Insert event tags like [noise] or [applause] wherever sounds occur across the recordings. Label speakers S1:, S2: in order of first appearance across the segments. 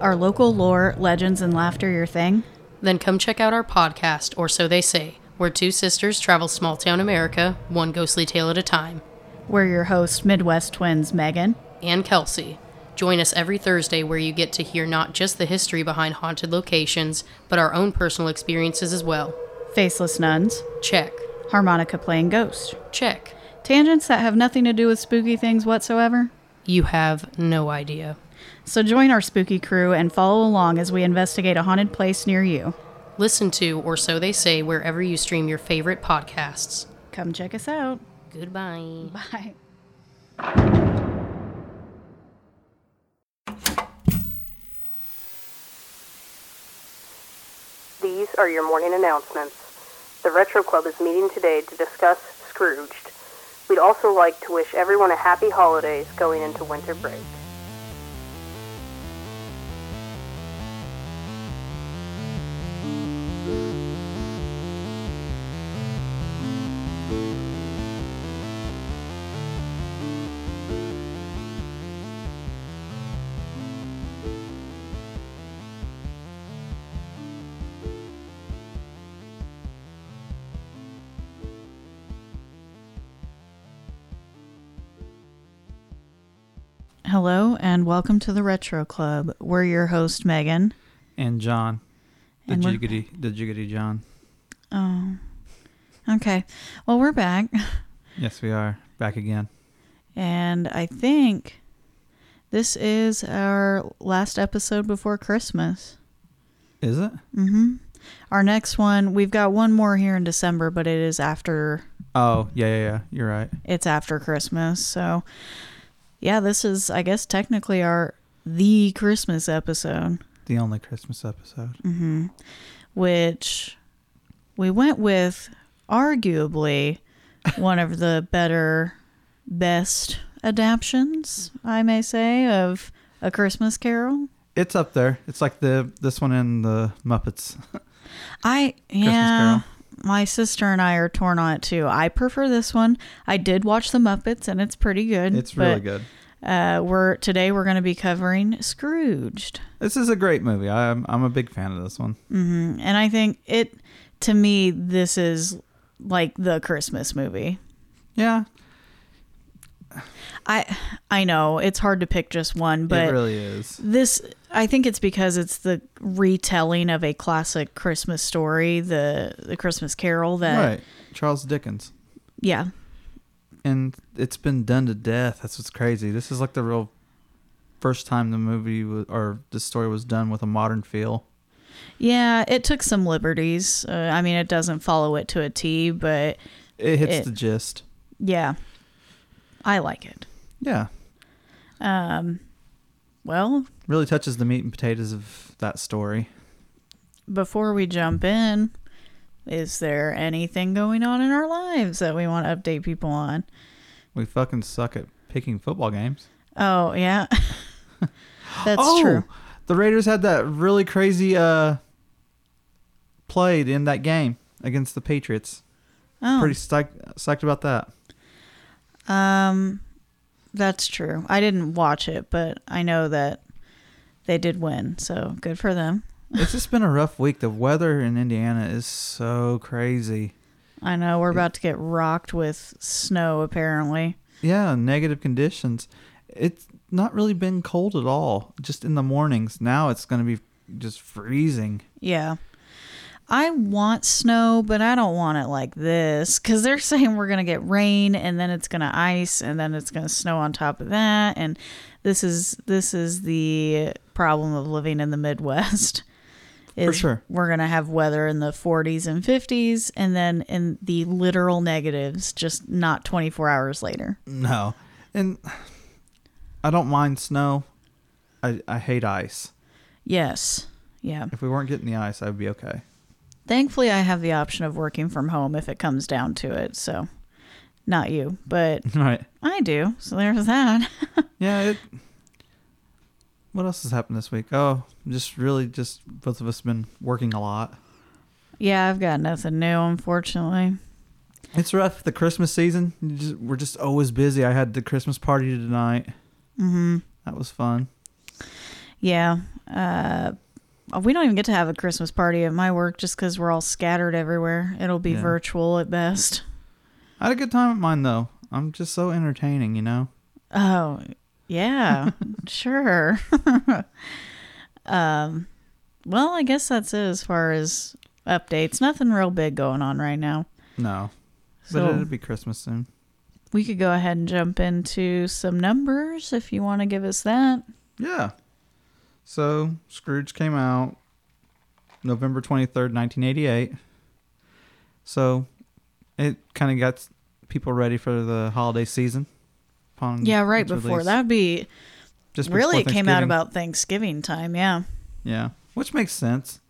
S1: Are local lore, legends, and laughter your thing?
S2: Then come check out our podcast, or so they say, where two sisters travel small town America, one ghostly tale at a time.
S1: We're your host, Midwest twins Megan.
S2: and Kelsey. Join us every Thursday where you get to hear not just the history behind haunted locations, but our own personal experiences as well.
S1: Faceless Nuns,
S2: Check,
S1: harmonica playing ghost,
S2: check.
S1: tangents that have nothing to do with spooky things whatsoever.
S2: You have no idea.
S1: So join our spooky crew and follow along as we investigate a haunted place near you.
S2: Listen to, or so they say, wherever you stream your favorite podcasts.
S1: Come check us out. [laughs]
S2: Goodbye.
S1: Bye.
S3: These are your morning announcements. The Retro Club is meeting today to discuss Scrooged. We'd also like to wish everyone a happy holidays going into winter break.
S1: Hello and welcome to the Retro Club. We're your host, Megan.
S4: and John, the
S1: And we're-
S4: jiggity, the jiggity John.
S1: Oh. Okay. Well, we're back.
S4: Yes, we are back again.
S1: And I think this is our last episode before Christmas.
S4: Is it?
S1: Mm-hmm. Our next one, we've got one more here in December, but it is after
S4: Oh, yeah, yeah, yeah. You're right.
S1: it's after Christmas. So yeah, this is I guess technically our the Christmas episode,
S4: The only Christmas episode.
S1: Mm. which we went with arguably one of the better best adaptions, I may say, of a Christmas carol.
S4: It's up there. It's like the this one and the Muppets.
S1: I yeah.
S4: Carol.
S1: My sister and I are torn on it too. I prefer this one. I did watch the Muppets and it's pretty good.
S4: It's really
S1: but,
S4: good.
S1: Uh, we're today we're going to be covering Scrooged,
S4: This is a great movie. I'm I'm a big fan of this one.
S1: Mm-hmm. and I think it to me this is like the Christmas movie.
S4: Yeah,
S1: I I know it's hard to pick just one, but
S4: it really is.
S1: this I think it's because it's the retelling of a classic Christmas story, the the Christmas Carol that
S4: right, Charles Dickens,
S1: yeah
S4: and it's been done to death. That's what's crazy. This is like the real first time the movie was, or the story was done with a modern feel.
S1: Yeah, it took some liberties. Uh, I mean, it doesn't follow it to a T, but
S4: It hits
S1: It-
S4: the gist.
S1: yeah, I like it. Um,
S4: Yeah,
S1: Well,
S4: really touches the meat and potatoes of that story.
S1: before we jump in, is there anything going on in our lives that we want to update people on?
S4: We fucking suck at picking football games.
S1: Oh, yeah. [laughs] That's
S4: oh,
S1: true.
S4: the Raiders had that really crazy uh play in that game against the Patriots.
S1: Oh,
S4: Pretty psyched, psyched about
S1: [sighs]
S4: that.
S1: um, that's true. I didn't watch it, but I know that they did win, so good for them.
S4: It's just been a rough week. The weather in Indiana is so crazy.
S1: I know we're about to get rocked with snow, apparently.
S4: Yeah, negative conditions. It's not really been cold at all. Just in the mornings. Now it's going to be just freezing.
S1: Yeah. I want snow, but I don't want it like this because they're [laughs] saying we're going to get rain and then it's going to ice and then it's going to snow on top of that. And this is this is the problem of living in the Midwest.
S4: For
S1: is
S4: sure.
S1: We're going to have weather in the 40s and 50s and then in the literal negatives, just not 24 hours later.
S4: No. And I don't mind snow. I, I hate ice.
S1: Yes. Yeah.
S4: If we weren't getting the ice, I'd be okay.
S1: Thankfully, I have the option of working from home if it comes down to it. So, not you, but
S4: Right.
S1: I do. So there's that.
S4: Yeah, it What else has happened this week? Oh, just really just both of us been working a lot.
S1: yeah, I've got nothing new, unfortunately.
S4: It's rough. The Christmas season, you just, we're just always busy. I had the Christmas party tonight. Mm-hmm. That was fun.
S1: yeah, uh, we don't even get to have a Christmas party at my work just because we're all scattered everywhere. It'll be
S4: Yeah.
S1: virtual at best.
S4: I had a good time at mine though. I'm just so entertaining, you know.
S1: Oh,
S4: [laughs]
S1: yeah, sure. [laughs] um, well, I guess that's it as far as updates. Nothing real big going on right now.
S4: No,
S1: So-
S4: but it'll be Christmas soon.
S1: We could go ahead and jump into some numbers if you want to give us that.
S4: Yeah. So Scrooge came out November 23rd, 1988. So it kind of got people ready for the holiday season. Upon
S1: Yeah, right
S4: its
S1: before
S4: release.
S1: that would be
S4: Just
S1: really it
S4: before
S1: came out
S4: Thanksgiving.
S1: about Thanksgiving time. Yeah.
S4: Yeah, which makes sense.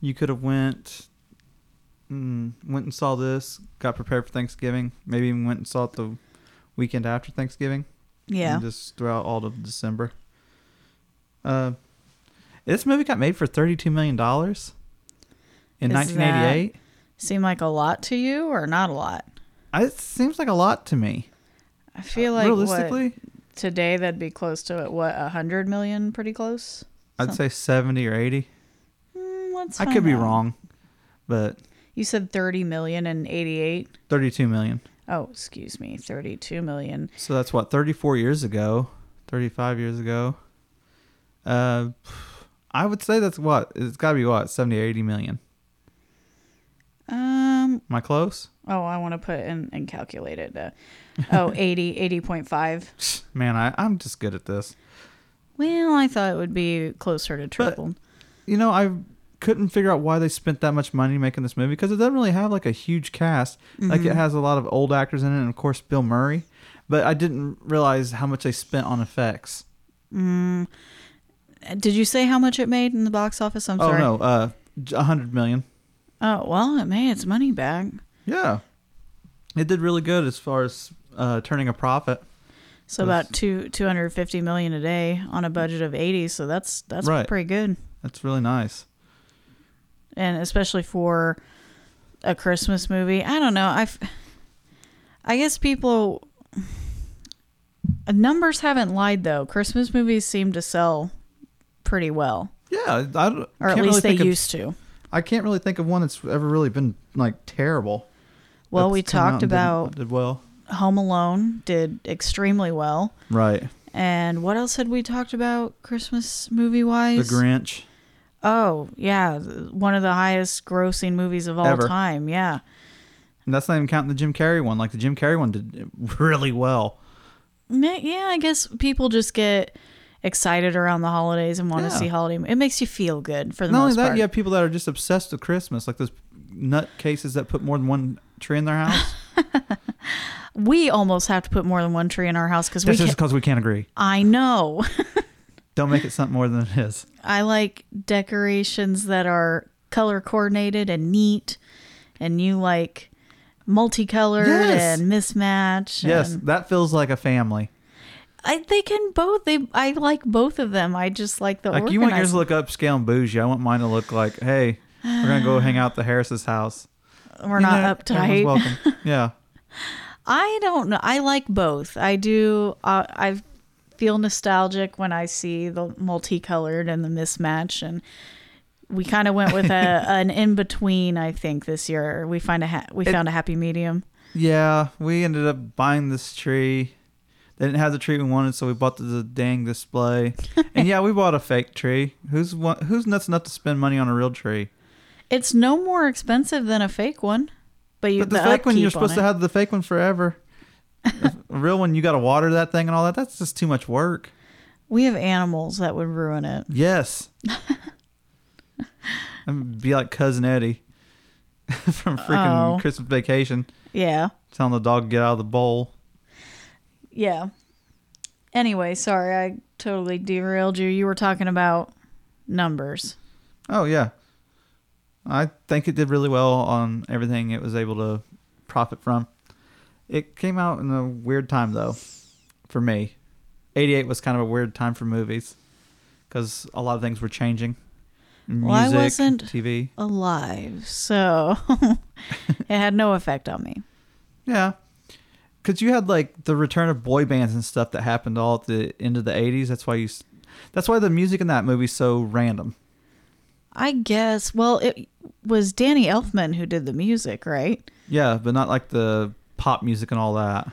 S4: You could have went, mm, went and saw this, got prepared for Thanksgiving. Maybe even went and saw it the weekend after Thanksgiving.
S1: Yeah.
S4: and just throughout all of December. Uh, this movie got made for thirty-two million dollars in
S1: Is
S4: nineteen eighty-eight.
S1: Seem like a lot to you or not a lot?
S4: It seems like a lot to me.
S1: I feel like
S4: Uh, Realistically,
S1: what, today that'd be close to what a hundred million, pretty close.
S4: I'd say seventy or eighty.
S1: Mm, let's
S4: I
S1: find
S4: could be
S1: out.
S4: wrong, but
S1: You said thirty million and eighty-eight.
S4: thirty-two million.
S1: Oh, excuse me, thirty-two million.
S4: So that's what thirty-four years ago, thirty-five years ago. Uh, I would say that's what it's got to be. What 70 or 80 million?
S1: Um.
S4: Am I close?
S1: Oh, I want to put in and calculate it.
S4: [laughs]
S1: Uh, oh, 80, 80.5.
S4: Man, I, I'm just good at this.
S1: Well, I thought it would be closer to triple.
S4: you know, I couldn't figure out why they spent that much money making this movie because it doesn't really have like a huge cast. Like
S1: Mm-hmm.
S4: it has a lot of old actors in it, and of course Bill Murray. But I didn't realize how much they spent on effects.
S1: Uh, Did you say how much it made in the box office? I'm
S4: oh
S1: sorry.
S4: no, uh, j- a hundred million.
S1: Oh well, it made its money back.
S4: Yeah, it did really good as far as uh, turning a profit.
S1: So about two two hundred fifty million a day on a budget of eighty. So that's that's
S4: Right.
S1: pretty good,
S4: That's really nice.
S1: and especially for a Christmas movie. I don't know. I f- I guess people numbers haven't lied though. Christmas movies seem to sell pretty well,
S4: Yeah, I don't,
S1: or at least
S4: can't really think
S1: they
S4: of-
S1: used to.
S4: I can't really think of one that's ever really been like terrible.
S1: Well,
S4: that's
S1: we
S4: come out
S1: talked
S4: and didn't-
S1: about
S4: did well.
S1: Home Alone did extremely well.
S4: Right,
S1: And what else had we talked about Christmas movie
S4: The
S1: wise?
S4: Grinch.
S1: Oh, yeah. th- One of the highest grossing movies of all
S4: Ever.
S1: time. Yeah.
S4: And that's not even counting the Jim Carrey one. Like the Jim Carrey one did [laughs] really well.
S1: Ma- Yeah, I guess people just get excited around the holidays and want to
S4: Yeah.
S1: see holiday. It makes you feel good for the
S4: not
S1: most
S4: only that,
S1: part.
S4: you have people that are just obsessed with Christmas, like those nut cases that put more than one tree in
S1: [laughs]
S4: their house.
S1: We almost have to put more than one tree in our house because we.
S4: That's just
S1: Can-
S4: because we can't agree.
S1: I know. [laughs]
S4: Don't make it something more than it is.
S1: I like decorations that are color coordinated and neat, and you like multicolored
S4: Yes.
S1: and mismatch.
S4: Yes,
S1: and-
S4: that feels like a family.
S1: I, they can both. They I like both of them. I just like the
S4: Like you want
S1: organized-
S4: yours to look upscale and bougie. I want mine to look like, hey, we're gonna go hang out at the Harris's house.
S1: We're
S4: You
S1: not
S4: know,
S1: uptight.
S4: everyone's welcome.
S1: [laughs]
S4: Yeah,
S1: I don't know. I like both. I do. Uh, I feel nostalgic when I see the multicolored and the mismatch, and we kind of went with a
S4: [laughs]
S1: an in between. I think this year we find a ha- we found a happy medium.
S4: yeah. We ended up buying this tree. They didn't have the tree we wanted, so we bought the, the
S1: [laughs]
S4: dang display. and yeah, we bought a fake tree. Who's one, who's nuts enough to spend money on a real tree?
S1: It's no more expensive than a fake one, but you
S4: But the, fake one,
S1: upkeep
S4: you're
S1: on
S4: supposed
S1: it-
S4: to have the fake one forever.
S1: [laughs]
S4: a real one, you got to water that thing and all that. That's just too much work.
S1: We have animals that would ruin it. [laughs]
S4: Yes. I'd be like Cousin Eddie [laughs] from
S1: Oh.
S4: freaking Christmas Vacation,
S1: Yeah.
S4: telling the dog to get out of the bowl.
S1: Yeah. Anyway, sorry, I totally derailed you. You were talking about numbers.
S4: Oh, yeah. I think it did really well on everything it was able to profit from. It came out in a weird time, though, for me. 88 was kind of a weird time for movies because a lot of things were changing.
S1: Well, I wasn't-
S4: TV.
S1: Alive, so [laughs] it had no effect on me.
S4: Yeah. Because you had like the return of boy bands and stuff that happened all at the end of the 80s. That's why you. s- That's why the music in that movie's so random.
S1: I guess. Well, it was Danny Elfman who did the music, right?
S4: Yeah, but not like the pop music and all that.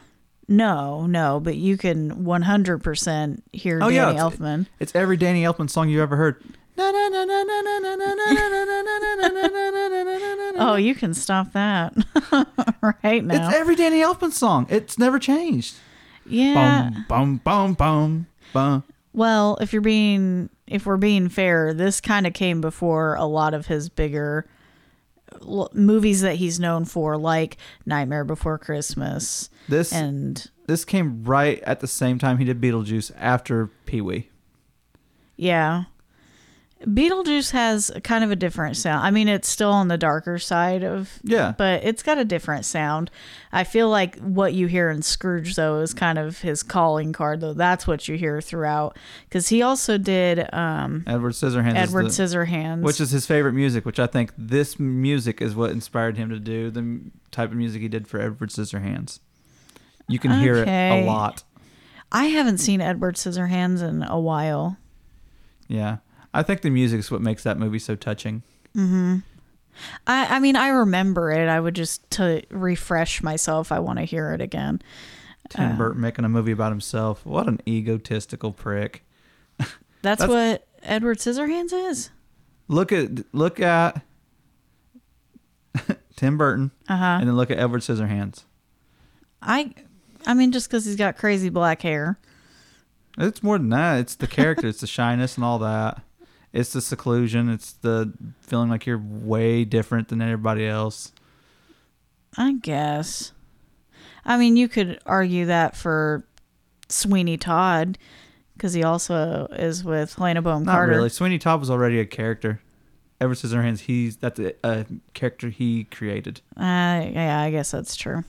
S1: No, no, but you can 100% hear Danny
S4: Oh, yeah, it's-
S1: Elfman.
S4: It's every Danny Elfman song you ever heard.
S1: Oh, you can stop that [laughs] right now.
S4: [laughs] It's every Danny Elfman song. It's never changed.
S1: yeah.
S4: Bum bum bum bum bum.
S1: Well, if you're being if we're being fair, this kind of came before a lot of his bigger l- movies that he's known for like Nightmare Before Christmas
S4: This
S1: and
S4: this came right at the same time he did Beetlejuice after Pee Wee.
S1: yeah. Beetlejuice has kind of a different sound. I mean, it's still on the darker side of
S4: Yeah.
S1: but it's got a different sound. I feel like what you hear in Scrooge though is kind of his calling card though. That's what you hear throughout cuz he also did um
S4: Edward Scissorhands. is
S1: Edward
S4: the-
S1: Scissorhands.
S4: which is his favorite music, which I think this music is what inspired him to do the m- type of music he did for Edward Scissorhands. You can hear it a
S1: Okay.
S4: lot.
S1: I haven't seen Edward Scissorhands in a while.
S4: Yeah. I think the music is what makes that movie so touching.
S1: I, I mean, I remember it. I would just to refresh myself. I want to hear it again.
S4: Tim Burton making a movie about himself. What an egotistical prick.
S1: That's,
S4: That's-
S1: what Edward Scissorhands is.
S4: Look at look at [laughs] Tim Burton
S1: Uh-huh.
S4: and then look at Edward Scissorhands.
S1: I, I mean, just because he's got crazy black hair.
S4: It's more than that. It's the character, it's the shyness and all that. It's the seclusion, it's the feeling like you're way different than everybody else.
S1: I guess. I mean, you could argue that for Sweeney Todd, because he also is with Helena Bonham
S4: Not
S1: Carter.
S4: really. Sweeney Todd was already a character. Ever since Scissorhands, he's that's a, a character he created.
S1: Uh, yeah, I guess that's true.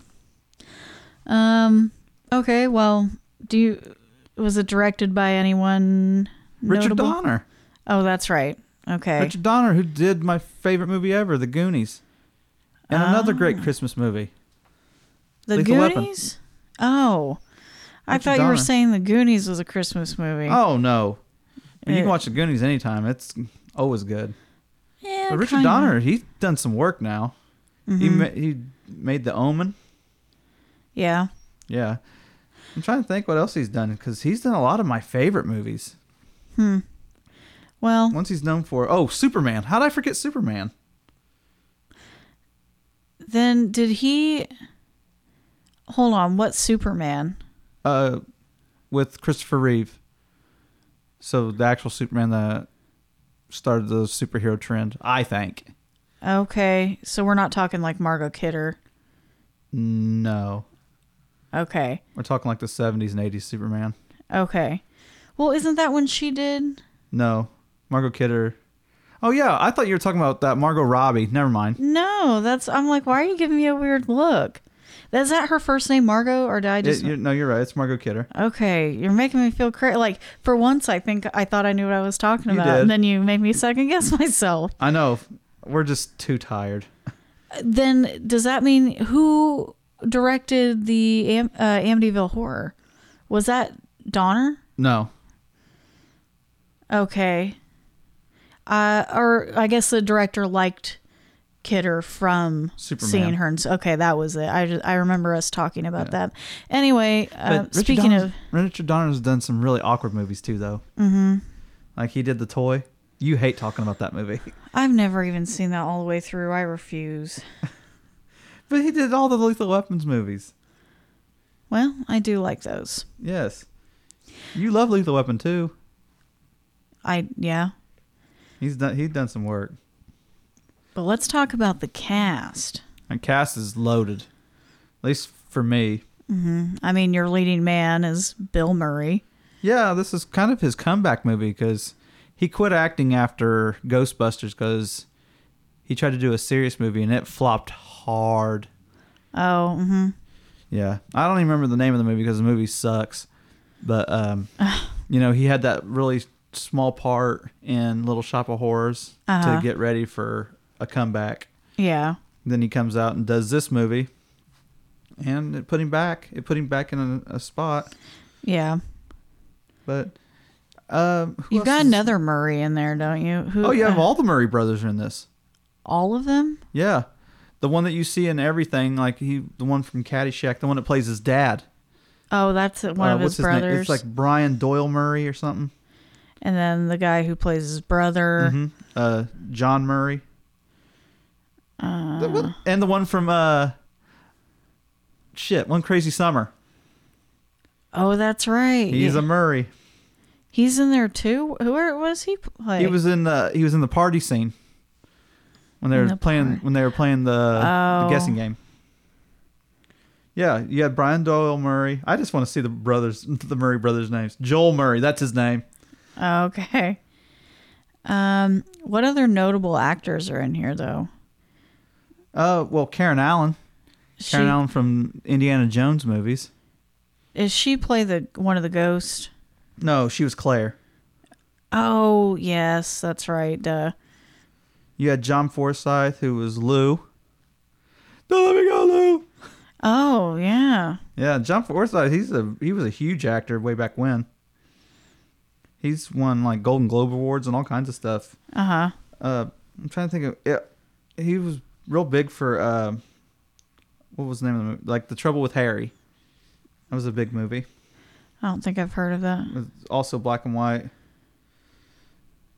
S1: Um. Okay. Well, do you was it directed by anyone?
S4: Richard
S1: notable?
S4: Donner.
S1: Oh, that's right. Okay.
S4: Richard Donner, who did my favorite movie ever, The Goonies, and another
S1: Ah.
S4: great Christmas movie.
S1: the
S4: Lethal Weapon.
S1: Goonies. Oh, I
S4: Richard
S1: thought you were
S4: Donner.
S1: saying the Goonies was a Christmas movie.
S4: Oh no, I mean,
S1: Eh.
S4: you can watch The Goonies anytime. It's always good.
S1: yeah,
S4: But Richard
S1: kinda.
S4: Donner, he's done some work now.
S1: Mm-hmm.
S4: He ma- he made The Omen.
S1: Yeah.
S4: Yeah, I'm trying to think what else he's done because he's done a lot of my favorite movies.
S1: Well,
S4: Once he's known for oh Superman. How would I forget Superman?
S1: then did he? Hold on. What Superman?
S4: uh, with Christopher Reeve. So the actual Superman that started the superhero trend, I think.
S1: Okay, so we're not talking like Margot Kidder.
S4: No,
S1: Okay.
S4: we're talking like the '70s and '80s Superman.
S1: Okay. Well, isn't that when she did?
S4: No, Margot Kidder. Oh yeah, I thought you were talking about that Margot Robbie. Never mind.
S1: No, that's. I'm like, why are you giving me a weird look? Is that her first name, Margot, or did I
S4: It,
S1: just?
S4: you're, no, you're right. It's Margot Kidder.
S1: okay, you're making me feel crazy. Like for once, I think I thought I knew what I was talking
S4: You
S1: about,
S4: did.
S1: and then you made me second guess [laughs] myself.
S4: I know. We're just too tired.
S1: Then does that mean who directed the Am- uh, Amityville Horror? Was that Donner?
S4: No,
S1: Okay. Uh, or I guess the director liked Kidder from
S4: Superman.
S1: seeing her. And, okay, that was it. I, ju- I remember us talking about that. Anyway, uh,
S4: Richard
S1: speaking
S4: Donner's-
S1: of
S4: Richard Donner's done some really awkward movies too, though. Mm-hmm. Like he did the toy. You hate talking about that movie. [laughs]
S1: I've never even seen that all the way through. I refuse.
S4: But he did all the Lethal Weapons movies.
S1: Well, I do like those.
S4: Yes. You love Lethal Weapon too.
S1: I yeah.
S4: He's done he's done some work.
S1: But let's talk about the cast.
S4: And cast is loaded. At least for me.
S1: I mean, your leading man is Bill Murray.
S4: Yeah, this is kind of his comeback movie because he quit acting after Ghostbusters because he tried to do a serious movie and it flopped hard.
S1: Oh, hmm
S4: Yeah, I don't even remember the name of the movie because the movie sucks. But um, you know, he had that really small part in Little Shop of Horrors to get ready for a comeback.
S1: yeah.
S4: Then he comes out and does this movie, and it put him back. It put him back in a, a spot.
S1: Yeah.
S4: But Um, who
S1: You've
S4: else
S1: got
S4: is-
S1: another Murray in there, don't you? Who,
S4: Oh yeah,
S1: [sighs] uh,
S4: all the Murray brothers are in this.
S1: all of them.
S4: Yeah, the one that you see in everything, like he, the one from Caddyshack, the one that plays his dad.
S1: Oh, that's one
S4: Uh,
S1: of his brothers,
S4: It's like Brian Doyle Murray or something.
S1: and then the guy who plays his brother.
S4: hmm Uh, John Murray. The one- and the one from uh, shit, one crazy summer.
S1: Oh, that's right.
S4: Mm-hmm. He's
S1: Yeah.
S4: a Murray.
S1: He's in there too. Who where was he play?
S4: He was in the he was in the party scene when they
S1: In
S4: were
S1: the
S4: playing
S1: party.
S4: when they were playing the,
S1: Oh.
S4: the guessing game. Yeah, you had Brian Doyle Murray. I just want to see the brothers, the Murray brothers' names. Joel Murray, that's his name.
S1: oh, okay. Um, what other notable actors are in here though?
S4: Uh, well, Karen Allen,
S1: She,
S4: Karen Allen from Indiana Jones movies.
S1: is she play the one of the ghosts?
S4: No, she was Claire.
S1: Oh yes, that's right. Duh.
S4: You had John Forsythe, who was Lou. Don't let me go, Lou.
S1: Oh yeah.
S4: Yeah, John Forsythe. He's a he was a huge actor way back when. He's won like Golden Globe awards and all kinds of stuff.
S1: Uh huh.
S4: Uh, I'm trying to think of yeah, he was real big for uh, what was the name of the movie? Like The Trouble with Harry. That was a big movie.
S1: I don't think I've heard of that.
S4: It was also black and white.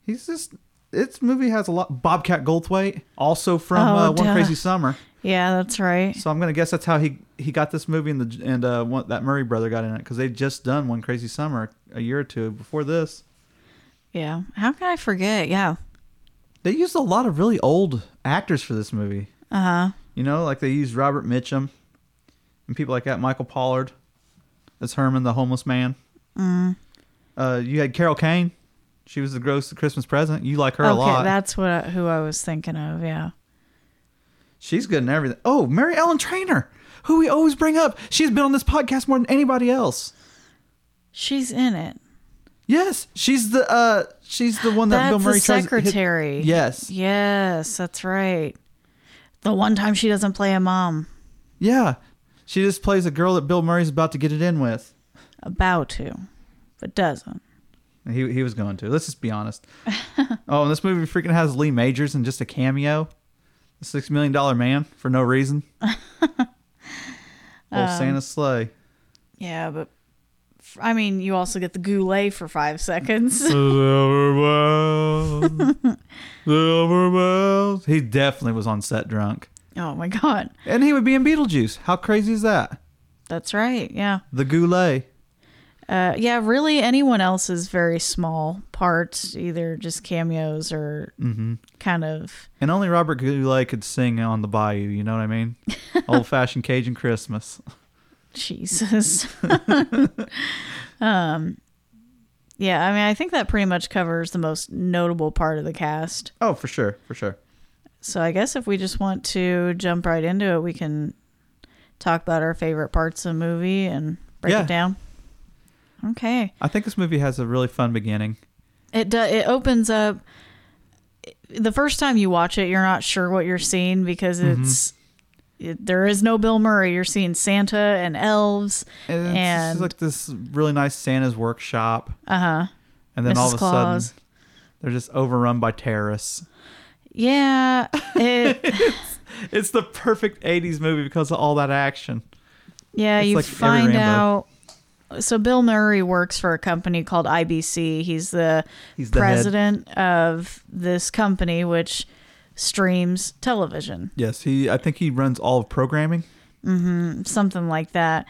S4: He's just its movie has a lot. Bobcat Goldthwait, also from
S1: Oh,
S4: uh, One
S1: duh.
S4: Crazy Summer.
S1: Yeah, that's right.
S4: So I'm gonna guess that's how he he got this movie and the and uh one, that Murray brother got in it because they just done One Crazy Summer a year or two before this.
S1: Yeah. How can I forget? Yeah.
S4: They used a lot of really old actors for this movie.
S1: Uh huh.
S4: You know, like they used Robert Mitchum and people like that. Michael Pollard as Herman, the homeless man. Mm. Uh, you had Carol Kane. She was the gross Christmas present. You like her a
S1: Okay,
S4: lot.
S1: that's what I, who I was thinking of. Yeah.
S4: She's good in everything. Oh, Mary Ellen Trainer, who we always bring up. She's been on this podcast more than anybody else.
S1: She's in it.
S4: Yes, she's the uh, she's the one that
S1: That's
S4: Bill Murray
S1: the
S4: tries to hit-
S1: secretary.
S4: Yes,
S1: Yes, that's right. The one time she doesn't play a mom.
S4: yeah, she just plays a girl that Bill Murray's about to get it in with.
S1: About to, but doesn't.
S4: He he was going to. Let's just be honest.
S1: [laughs]
S4: oh, and this movie freaking has Lee Majors in just a cameo. The six million dollar man for
S1: [laughs]
S4: no reason. Old
S1: Um.
S4: Santa's
S1: [laughs]
S4: sleigh.
S1: Yeah, but f- I mean, you also get the goulet for five
S4: [laughs]
S1: seconds. [laughs]
S4: Silver bells, silver bells. He definitely was on set drunk,
S1: oh my god,
S4: and he would be in Beetlejuice. How crazy is that?
S1: that's right. Yeah,
S4: The Goulet.
S1: uh, yeah. Really, anyone else's very small parts, either just cameos or
S4: Mm-hmm.
S1: kind of.
S4: And only Robert Goulet could sing on the bayou, you know what
S1: [laughs]
S4: I mean? Old fashioned Cajun Christmas.
S1: Jesus. um, yeah, I mean, I think that pretty much covers the most notable part of the cast.
S4: Oh, for sure, for sure.
S1: So I guess if we just want to jump right into it, we can talk about our favorite parts of the movie and break
S4: Yeah.
S1: it down. Okay.
S4: I think this movie has a really fun beginning.
S1: It do, it opens up the first time you watch it, you're not sure what you're seeing because it's it, there is no Bill Murray. You're seeing Santa and elves
S4: And it's
S1: and
S4: just like this really nice Santa's workshop.
S1: uh huh.
S4: And then all
S1: Mrs.
S4: of a
S1: Claus.
S4: sudden, they're just overrun by terrorists.
S1: Yeah. It,
S4: It's the perfect 80s movie because of all that action.
S1: yeah,
S4: It's
S1: you
S4: like every
S1: find
S4: Rambo.
S1: out so Bill Murray works for a company called IBC. He's the
S4: He's the head.
S1: president of this company, which streams television,
S4: Yes, he. I think he runs all of programming.
S1: something like that.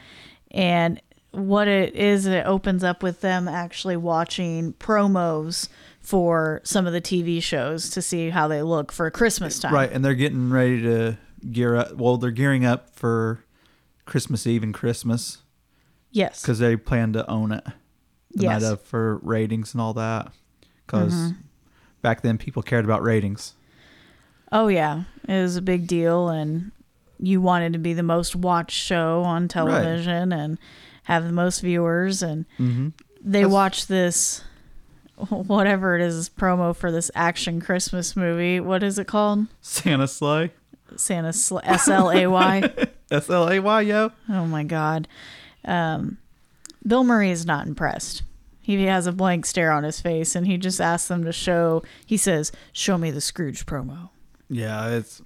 S1: And what it is, it opens up with them actually watching promos for some of the TV shows to see how they look for Christmas time.
S4: Right, and they're getting ready to gear up. Well, they're gearing up for Christmas Eve and Christmas
S1: Yes.
S4: because they plan to own it. the
S1: yes. Mm-hmm.
S4: night of for ratings and all that. Because back then, people cared about ratings. [laughs]
S1: Oh yeah, it was a big deal, and you wanted to be the most watched show on television and have the most viewers, and they watched this [laughs] whatever it is promo for this action Christmas movie. What is it called?
S4: Santa Slay,
S1: Santa Sl- S L A Y.
S4: S L A Y, yo.
S1: oh my god, um, Bill Murray is not impressed. He has a blank stare on his face and he just asks them to show. He says, Show me the Scrooge promo.
S4: Yeah, it's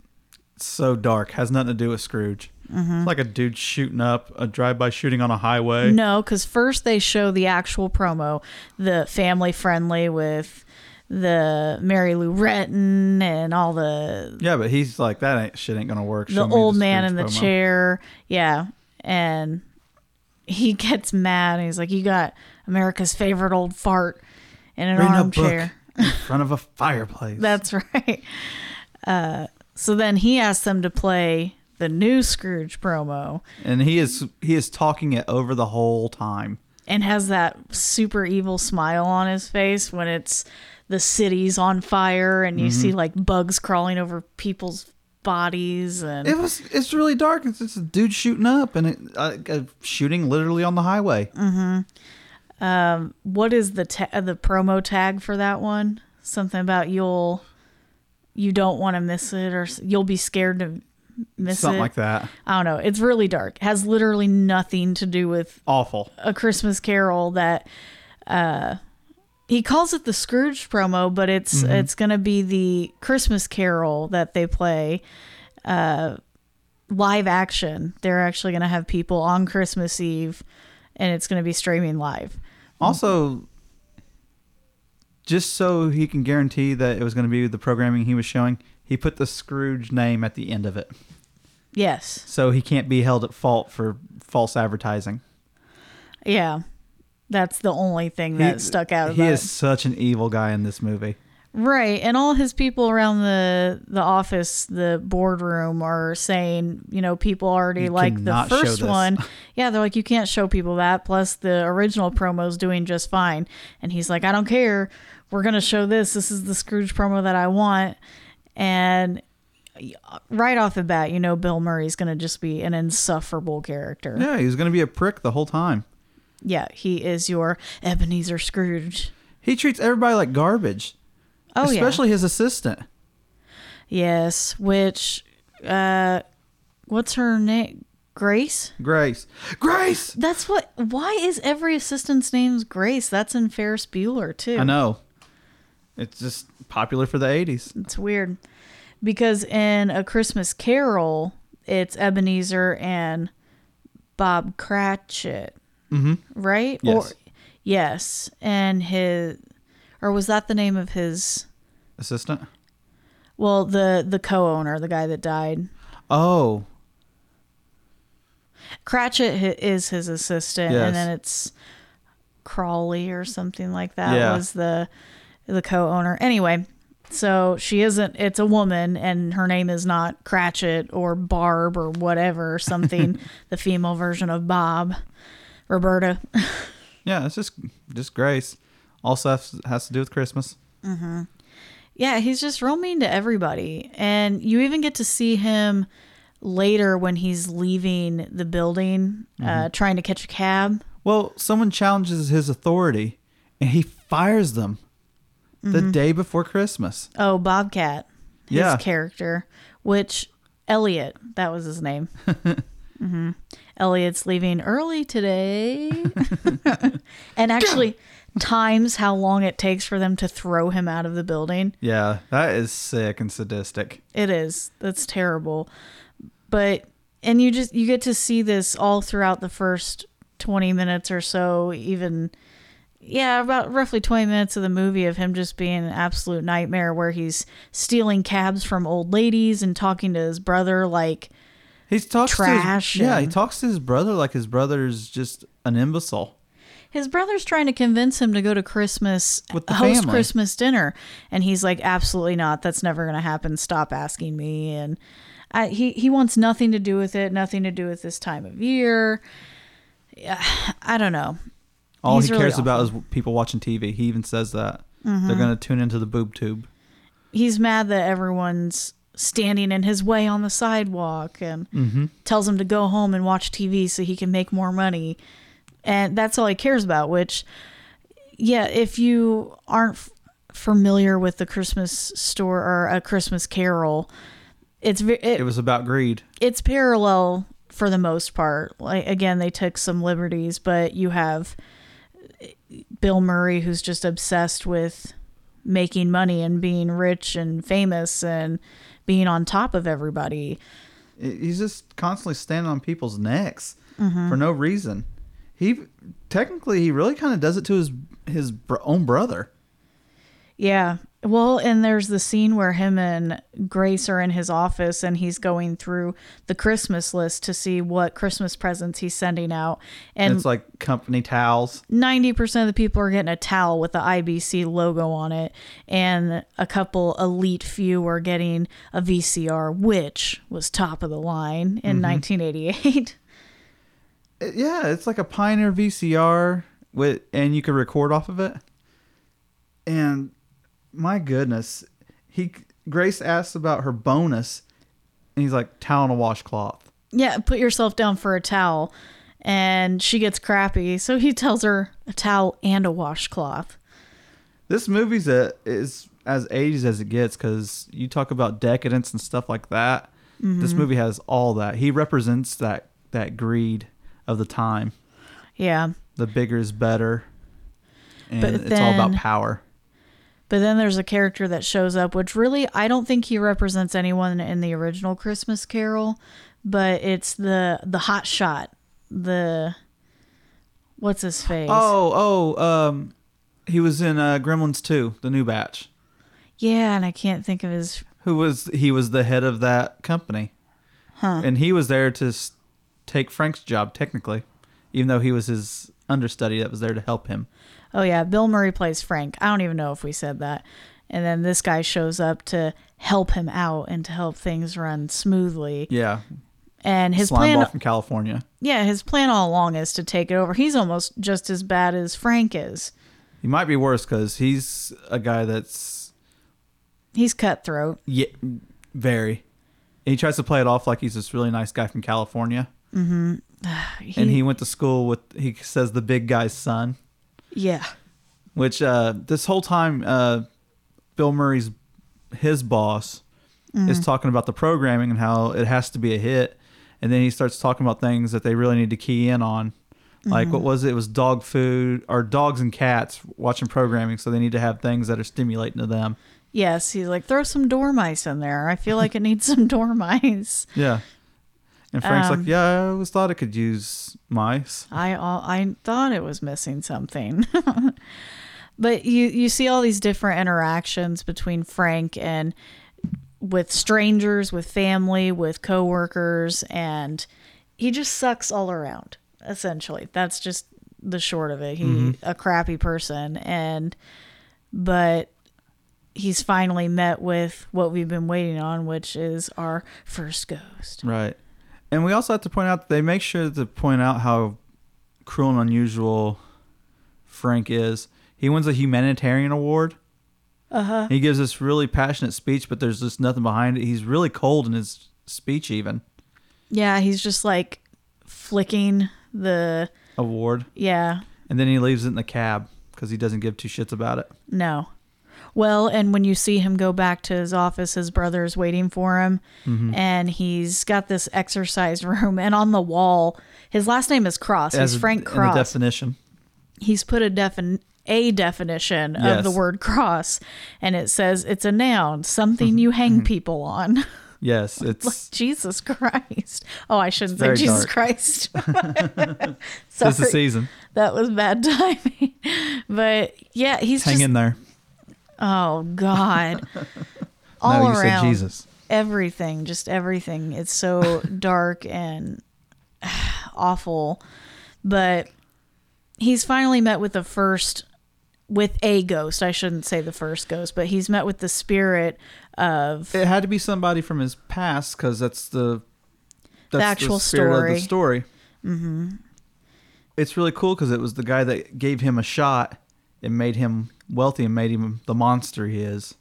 S4: so dark. Has nothing to do with Scrooge.
S1: Mm-hmm.
S4: It's like a dude shooting up a drive-by shooting on a highway.
S1: No, because first they show the actual promo, the family friendly with the Mary Lou Retton and all the
S4: Yeah, but he's like that ain't shit ain't gonna work.
S1: the
S4: Show me
S1: old man in
S4: Scrooge
S1: the
S4: promo.
S1: chair. Yeah. And he [laughs] gets mad and he's like, You got America's favorite old fart in an
S4: Reading a book
S1: armchair.
S4: in front of a fireplace.
S1: [laughs] That's right. Uh, so then he asked them to play the new Scrooge promo
S4: [laughs] and he is he is talking it over the whole time.
S1: and has that super evil smile on his face when it's the city's on fire and you
S4: Mm-hmm.
S1: see like bugs crawling over people's bodies and
S4: It was it's really dark. It's just a dude shooting up and it, uh, uh, shooting literally on the highway.
S1: what is the ta- the promo tag for that one? Something about you'll you don't want to miss it or s- you'll be scared to miss
S4: Something
S1: it.
S4: like that.
S1: I don't know. It's really dark. Has literally nothing to do with
S4: Awful.
S1: a Christmas Carol that uh, he calls it the Scrooge promo, but it's
S4: Mm-hmm.
S1: it's gonna be the Christmas Carol that they play uh, live action. They're actually gonna have people on Christmas Eve, and it's gonna be streaming live.
S4: Also, just so he can guarantee that it was going to be the programming he was showing, he put the Scrooge name at the end of it,
S1: Yes,
S4: so he can't be held at fault for false advertising.
S1: yeah, that's the only thing
S4: He-
S1: that stuck out.
S4: He
S1: about
S4: is such an evil guy in this movie.
S1: Right, and all his people around the the office, the boardroom, are saying, you know, people already
S4: You
S1: like the
S4: cannot show
S1: first
S4: this. [laughs]
S1: one. Yeah, they're like, you can't show people that. Plus, the original promo's doing just fine, and he's like, I don't care. We're gonna show this. This is the Scrooge promo that I want, and uh, right off the bat, you know, Bill Murray's gonna just be an insufferable character.
S4: Yeah, he was going to be a prick the whole time.
S1: Yeah, he is your Ebenezer Scrooge.
S4: He treats everybody like garbage,
S1: Oh yeah.
S4: especially his assistant.
S1: Yes, which uh what's her name? Grace?
S4: Grace. Grace.
S1: That's what why is every assistant's name's Grace? That's in Ferris Bueller too.
S4: I know. It's just popular for the 80s.
S1: It's weird. Because in A Christmas Carol, it's Ebenezer and Bob Cratchit. Mm-hmm. Right?
S4: Yes.
S1: Or Yes. And his or was that the name of his
S4: Assistant?
S1: well, the the co owner, the guy that died.
S4: Oh,
S1: Cratchit hi- is his assistant,
S4: Yes.
S1: and then it's Crawley or something like that
S4: Yeah.
S1: was the the co-owner. Anyway, so she isn't. It's a woman, and her name is not Cratchit or Barb or whatever
S4: [laughs]
S1: something. the female version of Bob, Roberta. [laughs]
S4: yeah, it's just just Grace. Also has, has to do with Christmas.
S1: Yeah, he's just real mean to everybody. And you even get to see him later when he's leaving the building, uh,
S4: Mm-hmm.
S1: trying to catch a cab.
S4: Well, someone challenges his authority and he fires them the
S1: Mm-hmm.
S4: day before Christmas.
S1: Oh, Bobcat. His
S4: Yeah.
S1: character, which Elliot, that was his name. hmm Elliot's leaving early today. [laughs] and actually times how long it takes for them to throw him out of the building.
S4: Yeah, that is sick and sadistic.
S1: It is. That's terrible. But and you just you get to see this all throughout the first 20 minutes or so, even yeah, about roughly 20 minutes of the movie of him just being an absolute nightmare where he's stealing cabs from old ladies and talking to his brother like
S4: He's talks
S1: Trash
S4: To his, yeah, he
S1: and-
S4: talks to his brother like his brother's just an imbecile.
S1: his brother's trying to convince him to go to Christmas
S4: With the
S1: host
S4: family.
S1: Christmas dinner, and he's like, "Absolutely not. That's never going to happen. Stop asking me." And I, he he wants nothing to do with it. Nothing to do with this time of year. [sighs] Yeah, I don't know.
S4: All
S1: He's
S4: he
S1: really Mm-hmm.
S4: cares about is people watching TV. He even says that. They're going to tune into the boob tube.
S1: He's mad that everyone's standing in his way on the sidewalk, and tells him to go home and watch TV so he can make more money. And that's all he cares about. Which, yeah, if you aren't f- familiar with the Christmas store or a Christmas Carol, it's ve- it,
S4: It was about greed.
S1: it's parallel for the most part. Like again, they took some liberties, but you have Bill Murray who's just obsessed with making money and being rich and famous and being on top of everybody.
S4: He's just constantly standing on people's necks for no reason. He technically he really kind of does it to his his br- own brother.
S1: Yeah. Well, and there's the scene where him and Grace are in his office and he's going through the Christmas list to see what Christmas presents he's sending out.
S4: And
S1: And
S4: it's like company towels.
S1: 90% of the people are getting a towel with the IBC logo on it, and a couple elite few are getting a VCR, which was top of the line in 1988.
S4: Uh, Yeah, it's like a Pioneer VCR with and you could record off of it. And my goodness, he Grace asks about her bonus, and he's like towel and a washcloth.
S1: [laughs] yeah, put yourself down for a towel. And she gets crappy, so he tells her a towel and a washcloth.
S4: This movie's a, is as aged as it gets because you talk about decadence and stuff like that.
S1: Mm-hmm.
S4: This movie has all that. He represents that that greed of the time.
S1: Yeah.
S4: The bigger is better, and
S1: But
S4: it's all about
S1: then-
S4: power.
S1: But then there's a character that shows up, which really I don't think he represents anyone in the original Christmas Carol, but it's the the hot shot, the what's his face?
S4: Oh, oh, um, he was in uh, Gremlins 2, the new batch.
S1: yeah, and I can't think of his.
S4: Who was he was the head of that company, and he was there to s- take Frank's job technically, even though he was his understudy that was there to help him.
S1: Oh yeah, Bill Murray plays Frank. I don't even know if we said that. And then this guy shows up to help him out and to help things run smoothly.
S4: Yeah,
S1: And his
S4: slime
S1: plan
S4: ball from California.
S1: Yeah, his plan all along is to take it over. He's almost just as bad as Frank is.
S4: He might be worse because he's a guy that's
S1: He's cutthroat.
S4: yeah, very. He tries to play it off like he's this really nice guy from California, and he went to school with he says the big guy's son.
S1: Yeah.
S4: which uh, this whole time uh, Bill Murray's his boss is talking about the programming and how it has to be a hit, and then he starts talking about things that they really need to key in on, like what was it? It was dog food or dogs and cats watching programming, so they need to have things that are stimulating to them.
S1: Yes, he's like, throw some dormice in there. I feel like it needs some [laughs] dormice.
S4: Yeah, and Frank's like, yeah, I always thought I could use mice.
S1: I all I thought it was missing something. [laughs] but you you see all these different interactions between Frank and with strangers, with family, with coworkers, and he just sucks all around. Essentially, that's just the short of it. He a crappy person, and but he's finally met with what we've been waiting on, which is our first ghost.
S4: Right. And we also have to point out they make sure to point out how cruel and unusual Frank is. He wins a humanitarian award. Uh-huh. He gives this really passionate speech, but there's just nothing behind it. He's really cold in his speech even.
S1: Yeah, he's just like flicking the
S4: Award.
S1: yeah,
S4: And then he leaves it in the cab cuz he doesn't give two shits about it.
S1: no. Well, and when you see him go back to his office, his brother is waiting for him,
S4: Mm-hmm.
S1: and he's got this exercise [laughs] room. And on the wall, his last name is Cross.
S4: As
S1: he's Frank
S4: in the
S1: Cross.
S4: definition.
S1: he's put a defin a definition of
S4: Yes.
S1: the word cross, and it says it's a noun,
S4: Mm-hmm.
S1: something you hang people on. [laughs]
S4: Yes, it's
S1: Jesus Christ! Oh, I shouldn't say
S4: very
S1: Jesus
S4: dark. [laughs]
S1: Christ. [laughs]
S4: this is
S1: Sorry,
S4: season.
S1: that was bad timing. [laughs] But yeah, he's
S4: Hang
S1: just
S4: in there.
S1: Oh
S4: [laughs]
S1: God. All
S4: no, you
S1: around
S4: said Jesus.
S1: everything, just everything. It's
S4: [laughs]
S1: so dark and [sighs] awful. But he's finally met with the first with a ghost. I shouldn't say the first ghost, but he's met with the spirit of
S4: It had to be somebody from his past cuz that's the that's
S1: actual
S4: spirit of
S1: story.
S4: the story. Mm-hmm. It's really cool because it was the guy that gave him a shot and made him wealthy and made him the monster he is.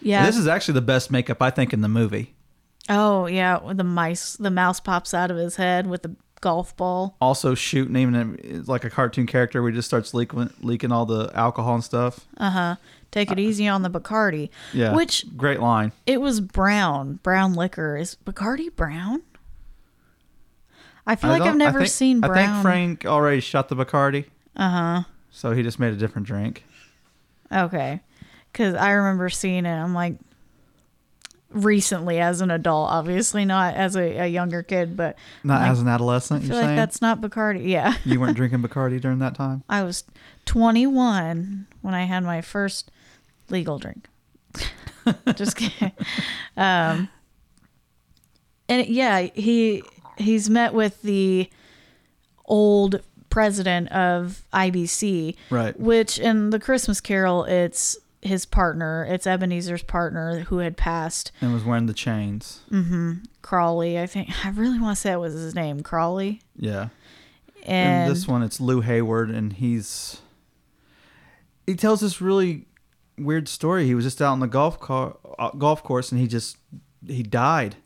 S4: And
S1: yeah.
S4: this is actually the best makeup I think in the movie.
S1: oh yeah, with the mice the mouse pops out of his head with the golf ball.
S4: Also, shooting him it's like a cartoon character where he just starts leaking leaking all the alcohol and stuff.
S1: Take it easy on the Bacardi.
S4: Yeah,
S1: Which
S4: great line.
S1: It was brown, brown liquor. Is Bacardi brown? I feel like
S4: don't-
S1: I've never
S4: think-
S1: seen brown. Uh-huh.
S4: I think Frank already shot the Bacardi. Uh huh. So he just made a different drink.
S1: Okay. Because I remember seeing it. I'm like, recently as an adult, obviously not as a, a younger kid, but
S4: Not
S1: Like-
S4: as an adolescent,
S1: I
S4: you're
S1: feel like
S4: saying?
S1: that's not Bacardi. Yeah. [laughs]
S4: you weren't drinking Bacardi during that time?
S1: I was 21 when I had my first legal drink. [laughs] Just kidding. Um, and yeah, he he's met with the old president of IBC,
S4: Right.
S1: Which in the Christmas Carol, it's his partner, it's Ebenezer's partner who had passed,
S4: And was wearing the chains.
S1: Crawley. I think I really want to say that was his name, Crawley.
S4: Yeah.
S1: And
S4: And this one, it's Lou Hayward, and he's he tells this really weird story. He was just out on the golf car, uh, golf course, and he just he died.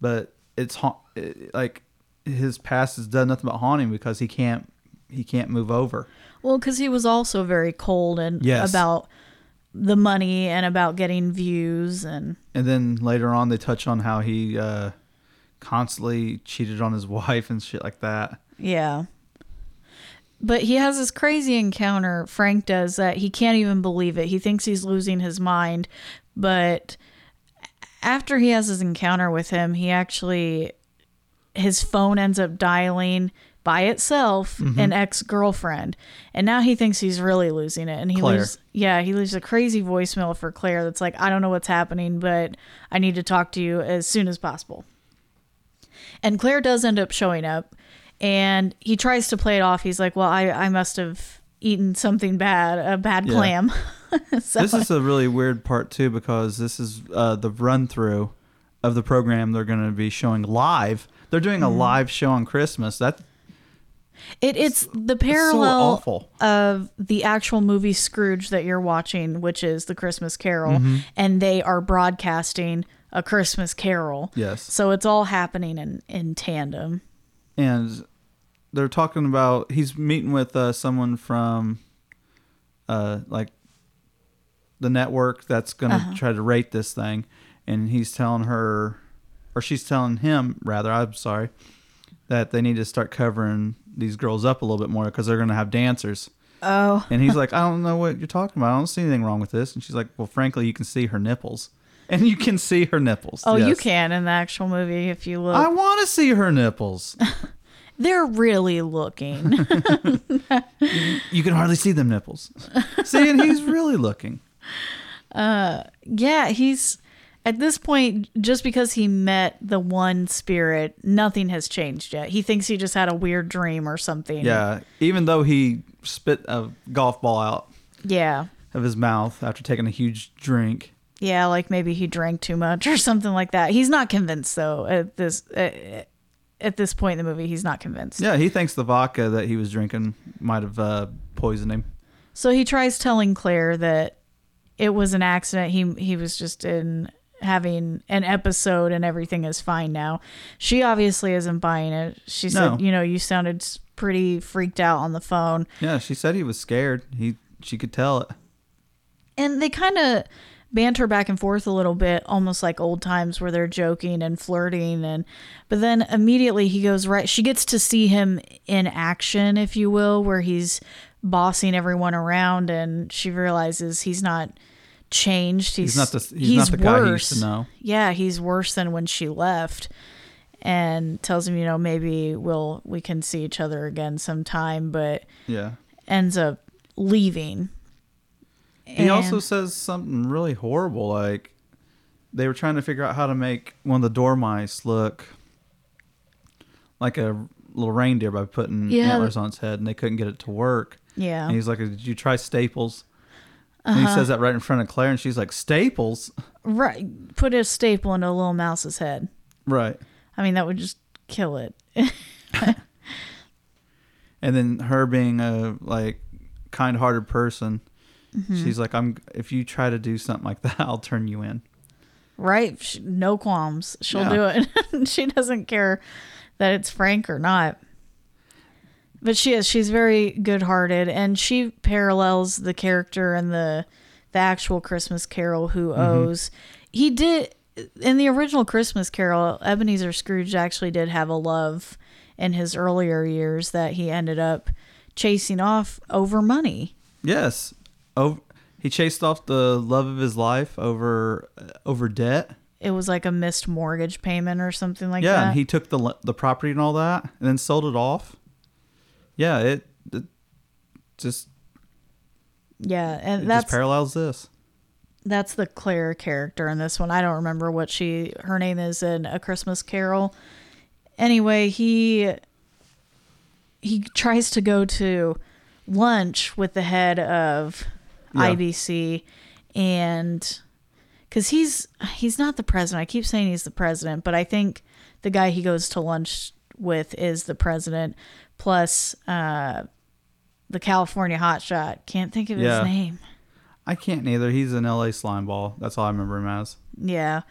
S4: But it's ha- it- like his past has done nothing but haunt him because he can't he can't move over.
S1: Well, because he was also very cold and
S4: Yes.
S1: about the money and about getting views and
S4: And then later on, they touch on how he uh, constantly cheated on his [laughs] wife and shit like that.
S1: yeah. But he has this crazy encounter, Frank does, that he can't even believe it. He thinks he's losing his mind. But after he has his encounter with him, he actually, his phone ends up dialing by itself an ex girlfriend. And now he thinks he's really losing it. And he
S4: Claire.
S1: leaves, yeah, he leaves a crazy voicemail for Claire that's like, I don't know what's happening, but I need to talk to you as soon as possible. And Claire does end up showing up and he tries to play it off. He's like, Well, I, I must have eaten something bad, a bad
S4: Yeah.
S1: clam. [laughs] so,
S4: this is a really weird part too because this is uh, the run through of the program they're going to be showing live. They're doing a live show on Christmas. That
S1: It, it's the parallel
S4: awful.
S1: of the actual movie Scrooge that you're watching, which is The Christmas Carol,
S4: Mm-hmm.
S1: and they are broadcasting a Christmas Carol.
S4: Yes.
S1: So it's all happening in, in tandem.
S4: and they're talking about he's meeting with uh, someone from uh, like the network that's going to
S1: Uh-huh.
S4: try to rate this thing, and he's telling her, or she's telling him rather. I'm sorry that they need to start covering these girls up a little bit more because they're going to have dancers.
S1: Oh,
S4: And he's
S1: [laughs]
S4: like, I don't know what you're talking about. I don't see anything wrong with this. And she's like, Well, frankly, you can see her nipples. And you can see her nipples.
S1: oh, you
S4: yes.
S1: can in the actual movie if you look.
S4: I want to see her nipples.
S1: They're really looking.
S4: you can hardly see them nipples. [laughs] see, and he's really looking.
S1: yeah, he's at this point just because he met the one spirit, nothing has changed yet. He thinks he just had a weird dream or something.
S4: Yeah. Even though he spit a golf ball out
S1: Yeah.
S4: of his mouth after taking a huge drink.
S1: Yeah, like maybe he drank too much or [laughs] something like that. He's not convinced though at this at, at this point in the movie. He's not convinced.
S4: Yeah, he thinks the vodka that he was drinking might have uh, poisoned him.
S1: So he tries telling Claire that it was an accident. He he was just in having an episode and everything is fine now. She obviously isn't buying it. She
S4: No.
S1: said, "You know, you sounded s- pretty freaked out on the phone."
S4: Yeah, she said he was scared. He she could tell it.
S1: and they kind of banter back and forth a little bit almost like old times where they're joking and flirting and but then immediately he goes right she gets to see him in action if you will where he's bossing everyone around and she realizes he's not changed he's,
S4: He's not the he's, not the guy he used to know.
S1: yeah he's worse than when she left and tells him you know maybe we'll we can see each other again sometime but
S4: Yeah.
S1: ends up leaving
S4: He also
S1: And-
S4: says something really horrible. Like they were trying to figure out how to make one of the dormice look like a little reindeer by putting
S1: Yeah.
S4: antlers on its head, and they couldn't get it to work.
S1: yeah Uh-huh.
S4: And he's like, "Did you try staples?" And he says that right in front of Claire, and she's like, "Staples." [laughs]
S1: Right. Put a staple into a little mouse's head.
S4: Right.
S1: I mean, that would just kill it.
S4: and then her being a like kind-hearted person
S1: Mm-hmm.
S4: she's like i'm if you try to do something like that [laughs] i'll turn you in
S1: Right? She, no qualms. She'll
S4: Yeah.
S1: do it. [laughs] she doesn't care that it's Frank or not. But she is. She's very good-hearted, and she parallels the character in the the actual Christmas Carol who owes. He did in the original Christmas Carol. Ebenezer Scrooge actually did have a love in his earlier years that he ended up chasing off over money.
S4: Yes. Oh, he chased off the love of his life over over debt.
S1: It was like a missed mortgage payment or something like
S4: yeah,
S1: that.
S4: and he took the le- the property and all that, and then sold it off. Yeah, it, it just
S1: yeah,
S4: it
S1: and
S4: just
S1: that's
S4: parallels this.
S1: that's the Claire character in this one. I don't remember what she her name is in A Christmas Carol. Anyway, he he tries to go to lunch with the head of
S4: Yeah.
S1: IBC and cuz he's he's not the president. I keep saying he's the president, but I think the guy he goes to lunch with is the president plus uh the California hotshot. Can't think of
S4: Yeah.
S1: his name.
S4: I can't neither. He's an LA slime ball. That's all I remember him as.
S1: Yeah.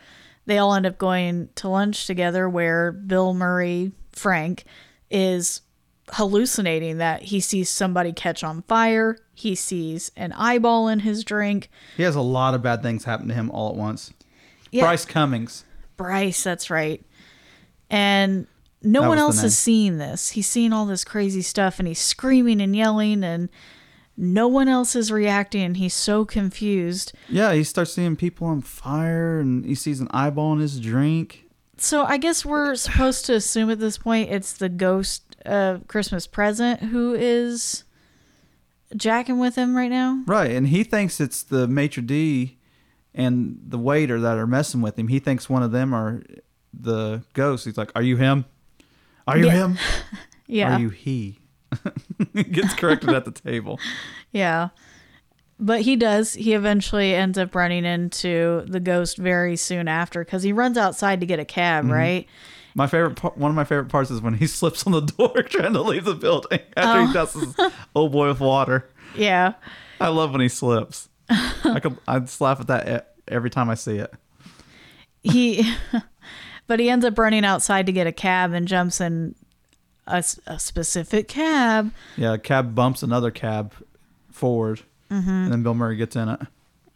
S1: They all end up going to lunch together where Bill Murray, Frank, is hallucinating that he sees somebody catch on fire. He sees an eyeball in his drink.
S4: He has a lot of bad things happen to him all at once.
S1: Yeah.
S4: Bryce Cummings.
S1: Bryce, that's right. And no
S4: That
S1: one
S4: was the
S1: else
S4: name.
S1: has seen this. He's seeing all this crazy stuff and he's screaming and yelling and no one else is reacting and he's so confused.
S4: Yeah, he starts seeing people on fire, and he sees an eyeball in his drink.
S1: So I guess we're supposed to assume at this point it's the ghost of Christmas present who is jacking with him right now.
S4: Right, and he thinks it's the maitre d and the waiter that are messing with him. He thinks one of them are the ghosts. He's like, "Are you him? Are you him?
S1: Yeah.
S4: Are you he?" [laughs] He Gets corrected at the table.
S1: yeah. But he does. He eventually ends up running into the ghost very soon after because he runs outside to get a cab, right?
S4: My favorite, part, one of my favorite parts is when he [laughs] slips on the door trying to leave the building after
S1: Oh.
S4: he dusts his old boy with water.
S1: Yeah.
S4: I love when he slips. I
S1: [laughs]
S4: could, I'd just laugh at that e- every time I see it.
S1: he [laughs] but he ends up running outside to get a cab and jumps in a, s- a specific cab
S4: Yeah, a cab bumps another cab forward,
S1: Mm-hmm.
S4: and then Bill Murray gets in it.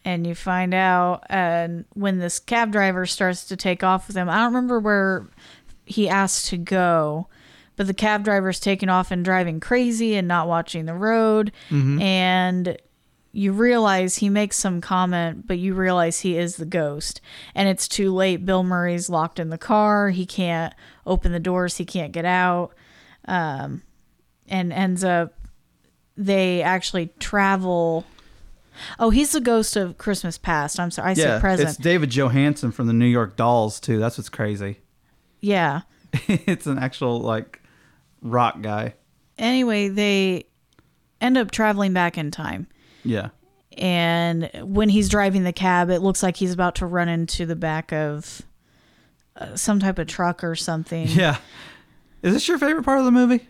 S1: and you find out and when this cab driver starts to take off with him i don't remember where he asked to go but the cab driver's taking off and driving crazy and not watching the road and you realize he makes some comment but you realize he is the ghost and it's too late bill murray's locked in the car he can't open the doors he can't get out um, and ends up they actually travel oh he's the ghost of christmas past i'm sorry i
S4: Yeah,
S1: said present
S4: it's David Johansen from the New York Dolls too. That's what's crazy. [laughs]
S1: yeah
S4: it's an actual like rock guy.
S1: anyway, they end up traveling back in time.
S4: Yeah,
S1: And when he's driving the cab, it looks like he's about to run into the back of uh, some type of truck or
S4: [laughs]
S1: something.
S4: yeah. Is this your favorite part of the movie?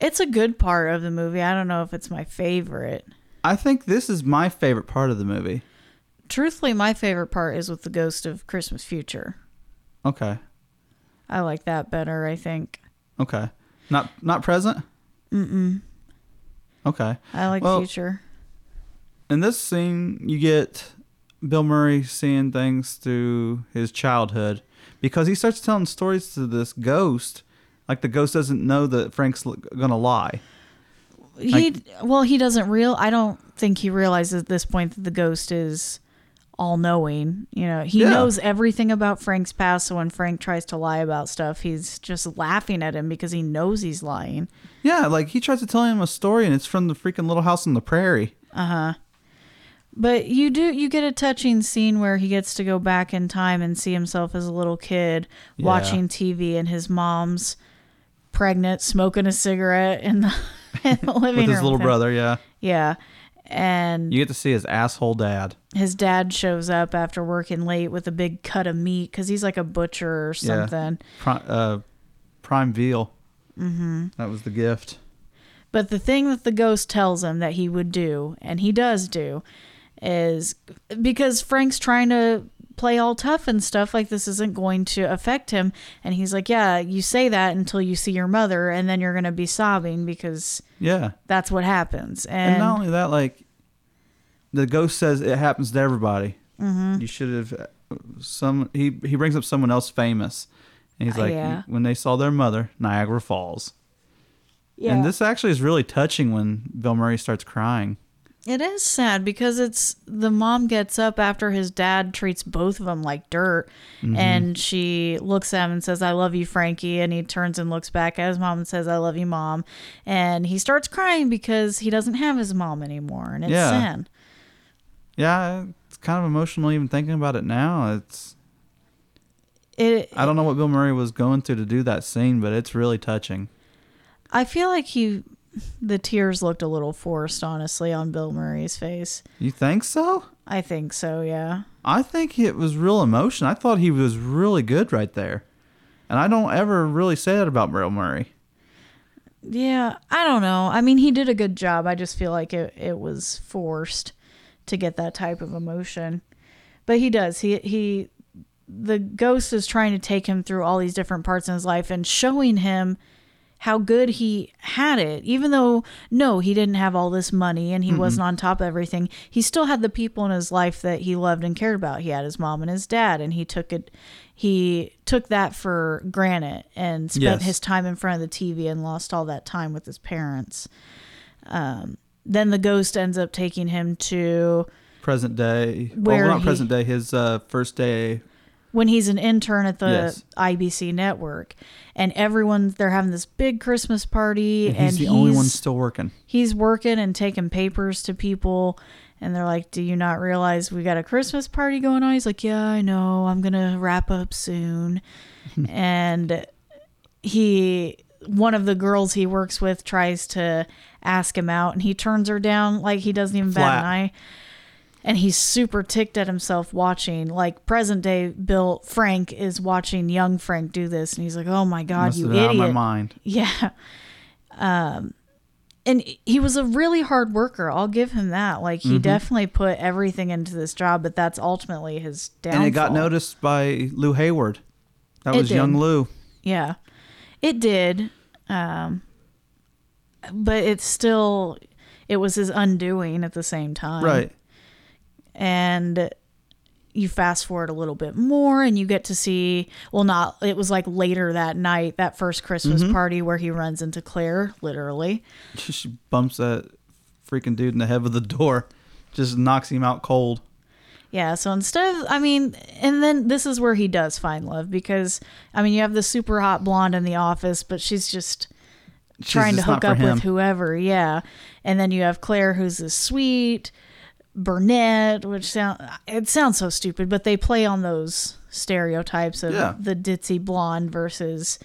S1: It's a good part of the movie. I don't know if it's my favorite.
S4: I think this is my favorite part of the movie.
S1: Truthfully, my favorite part is with the ghost of Christmas future.
S4: Okay,
S1: I like that better, I think.
S4: okay. Not not present. Mm mm. Okay.
S1: I like
S4: Well,
S1: future.
S4: in this scene you get bill murray seeing things through his childhood because he starts telling stories to this ghost like the ghost doesn't know that frank's l- gonna lie
S1: He well, he doesn't real I don't think he realizes at this point that the ghost is all knowing. You know, he
S4: Yeah.
S1: knows everything about Frank's past, so when Frank tries to lie about stuff, he's just laughing at him because he knows he's lying.
S4: yeah like he tries to tell him a story and it's from the freaking little house on the prairie
S1: But you do you get a touching scene where he gets to go back in time and see himself as a little kid
S4: Yeah.
S1: watching TV and his mom's pregnant smoking a cigarette in the, [laughs] in the living
S4: with his
S1: room
S4: little
S1: with him.
S4: brother yeah
S1: Yeah. And
S4: you get to see his asshole dad
S1: his dad shows up after working late with a big cut of meat because he's like a butcher or
S4: Yeah.
S1: something.
S4: Pri- uh, prime veal mm-hmm. that was the gift
S1: But the thing that the ghost tells him that he would do, and he does do, is because Frank's trying to play all tough and stuff like this isn't going to affect him. And he's like, Yeah, you say that until you see your mother, and then you're going to be sobbing because
S4: yeah
S1: that's what happens. And,
S4: And not only that, like the ghost says, it happens to everybody. Mm-hmm. You should have some. He he brings up someone else famous, and he's
S1: Uh,
S4: like,
S1: yeah.
S4: when they saw their mother, Niagara Falls.
S5: Yeah.
S4: And this actually is really touching when Bill Murray starts crying.
S1: It is sad because it's the mom gets up after his dad treats both of them like dirt, and she looks at him and says, "I love you, Frankie," and he turns and looks back at his mom and says, "I love you, mom," and he starts crying because he doesn't have his mom anymore, and it's
S4: Yeah.
S1: sad.
S4: Yeah, it's kind of emotional even thinking about it now. It's
S1: It
S4: I don't know what Bill Murray was going through to do that scene, but it's really touching.
S1: I feel like he the tears looked a little forced, honestly, on Bill Murray's face.
S4: You think so?
S1: I think so, yeah.
S4: I think it was real emotion. I thought he was really good right there. And I don't ever really say that about Bill Murray.
S1: Yeah, I don't know. I mean, he did a good job. I just feel like it, it was forced to get that type of emotion. But he does. He he the ghost is trying to take him through all these different parts in his life and showing him how good he had it even though no he didn't have all this money and he wasn't on top of everything he still had the people in his life that he loved and cared about he had his mom and his dad and he took it he took that for granted and spent
S4: Yes.
S1: his time in front of the tv and lost all that time with his parents um, then the ghost ends up taking him to
S4: Present day.
S1: Where
S4: well, not
S1: he-
S4: present day, his uh, first day.
S1: when he's an intern at the
S4: Yes.
S1: IBC network, and everyone they're having this big Christmas party,
S4: And
S1: and,
S4: he's the only one
S1: he's-
S4: still working.
S1: he's working and taking papers to people, and they're like, "Do you not realize we got a Christmas party going on?" He's like, "Yeah, I know. I'm gonna wrap up
S4: [laughs]
S1: soon," and he one of the girls he works with tries to ask him out and he turns her down like he doesn't even bat
S4: Flat.
S1: an eye and he's super ticked at himself watching like present day bill frank is watching young frank do this and he's like oh my god
S4: Must
S1: you
S4: have been
S1: idiot
S4: out of my mind.
S1: yeah [laughs] um and he was a really hard worker i'll give him that like
S4: Mm-hmm.
S1: he definitely put everything into this job but that's ultimately his downfall
S4: And it got noticed by Lou Hayward. That
S1: It
S4: was young
S1: did.
S4: Lou.
S1: Yeah, it did. Um, but it's still, it was his undoing at the same time.
S4: Right.
S1: And you fast forward a little bit more and you get to see, well, not, it was like later that night, that first Christmas
S4: Mm-hmm.
S1: party where he runs into Claire, literally.
S4: [laughs] She bumps that freaking dude in the head with the door, just knocks him out cold.
S1: Yeah, so instead of, I mean, and then this is where he does find love because, I mean, you have the super hot blonde in the office, but she's just
S4: She's
S1: trying to
S4: just not
S1: hook
S4: for
S1: up
S4: him.
S1: with whoever. Yeah. And then you have Claire, who's this sweet brunette, which sound it sounds so stupid, but they play on those stereotypes of
S4: Yeah.
S1: the ditzy blonde versus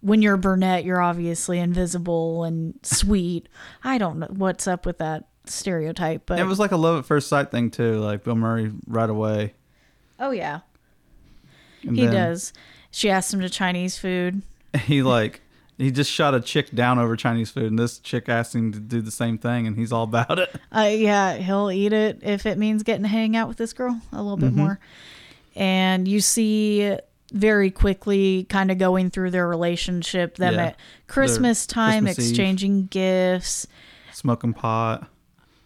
S1: when you're a brunette, you're obviously invisible and sweet. I don't know what's up with that stereotype, but
S4: It was like a love at first sight thing too. Like Bill Murray right away.
S1: oh yeah,
S4: And
S1: he
S4: then
S1: does. She asks him to Chinese food.
S4: [laughs] He like he just shot a chick down over Chinese food, and this chick asked him to do the same thing, and he's all about it. [laughs]
S1: Uh, yeah, he'll eat it if it means getting to hang out with this girl a little
S4: Mm-hmm.
S1: bit more. And you see very quickly kind of going through their relationship, them
S4: Yeah.
S1: at Christmas time,
S4: Christmas Eve.
S1: exchanging gifts
S4: Smoking pot.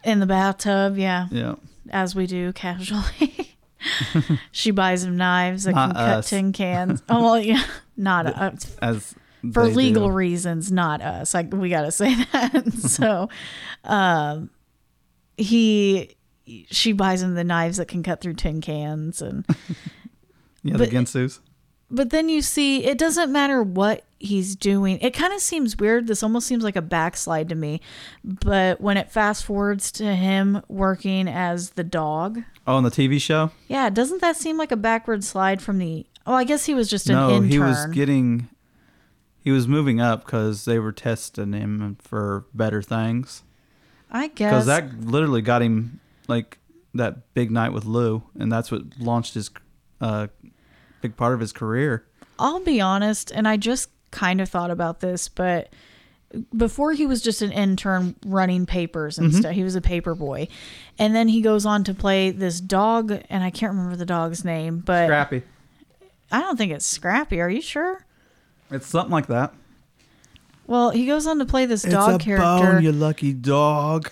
S1: in the bathtub. Yeah,
S4: Yeah.
S1: as we do casually. [laughs] she buys him knives that
S4: Not
S1: can cut
S4: us.
S1: tin
S4: [laughs]
S1: cans. Oh, well, yeah, not uh,
S4: As
S1: for
S4: they do.
S1: legal reasons, not us. Like we gotta say [laughs] that. so, um, he she buys him the knives that can cut through tin cans, and
S4: Yeah, the
S1: but-
S4: Gensu's.
S1: but then you see it doesn't matter what he's doing. It kind of seems weird. This almost seems like a backslide to me. But when it fast forwards to him working as the dog,
S4: Oh, on the TV show.
S1: yeah, doesn't that seem like a backward slide from the? Oh, I guess he was just an
S4: no,
S1: intern.
S4: he was getting. He was moving up because they were testing him for better things.
S1: I guess
S4: Because that literally got him like that big night with Lou, and that's what launched his uh, big part of his career.
S1: I'll be honest, and I just kind of thought about this, but before he was just an intern running papers and stuff. He was a paper boy. And then he goes on to play this dog, and I can't remember the dog's name, but
S4: Crappy.
S1: I don't think it's Scrappy. Are you sure?
S4: It's something like that.
S1: Well, he goes on to play this dog character.
S4: lucky dog.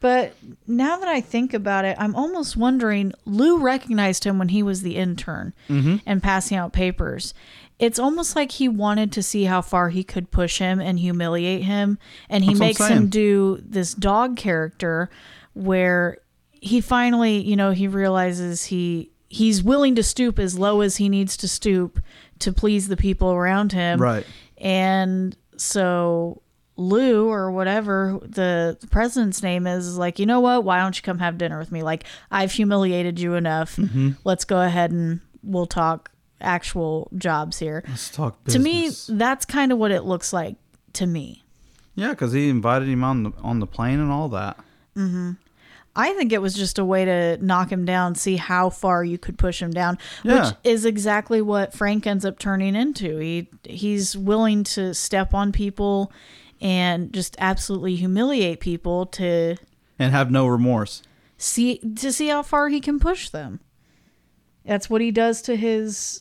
S1: But now that I think about it, I'm almost
S4: Mm-hmm.
S1: wondering Lou recognized him when he was the intern and passing out papers. it's almost like he wanted to see how far he could push him and humiliate him and he
S4: That's what I'm
S1: makes
S4: saying.
S1: him do this dog character where he finally you know he realizes he he's willing to stoop as low as he needs to stoop to please the people around him
S4: Right.
S1: and so Lou or whatever the, the president's name is, is like, you know what? Why don't you come have dinner with me? Like, I've humiliated you enough.
S4: Mm-hmm.
S1: Let's go ahead and we'll talk actual jobs here.
S4: Let's talk
S1: To me,
S4: Mm-hmm. business.
S1: that's kind of what it looks like to me.
S4: yeah, because he invited him on the on the plane and all that.
S1: I think it was just a way to knock him down, see how far you could push him down,
S4: Yeah.
S1: which is exactly what Frank ends up turning into. He he's willing to step on people and just absolutely humiliate people to
S4: and have no remorse.
S1: see to see how far he can push them. That's what he does to his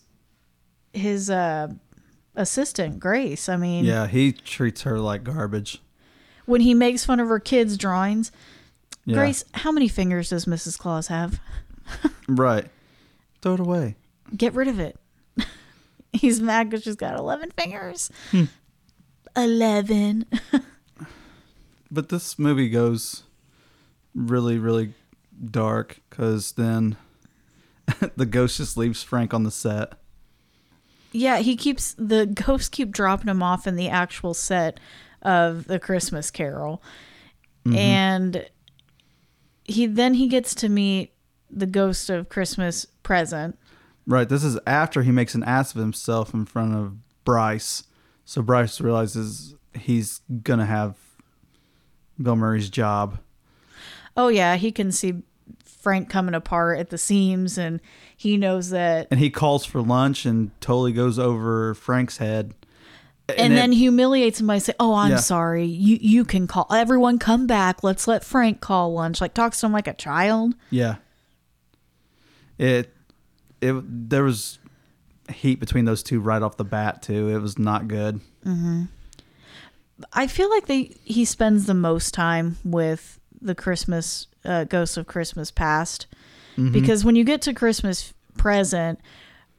S1: his uh assistant Grace. I mean,
S4: Yeah, he treats her like garbage.
S1: when he makes fun of her kids' drawings,
S4: Yeah.
S1: Grace, how many fingers does Mrs. Claus have?
S4: Right. Throw it away.
S1: get rid of it. [laughs] He's mad because she's got 11 fingers. 11.
S4: But this movie goes really, really dark because then [laughs] the ghost just leaves Frank on the set.
S1: [laughs] yeah, he keeps the ghosts keep dropping him off in the actual set of the Christmas Carol. And he then he gets to meet the ghost of Christmas present.
S4: Right. This is after he makes an ass of himself in front of Bryce. So Bryce realizes he's going to have Bill Murray's job.
S1: Oh yeah, he can see Frank coming apart at the seams and he knows that
S4: And he calls for lunch and totally goes over Frank's head.
S1: and,
S4: it-
S1: then humiliates him by saying, "Oh, I'm
S4: Yeah.
S1: sorry. You you can call everyone. Come back. Let's let Frank call lunch." Like talks to him like a child.
S4: Yeah. It it there was heat between those two right off the bat too. It was not good.
S1: I feel like they he spends the most time with the Christmas uh, ghosts of Christmas past because when you get to Christmas present,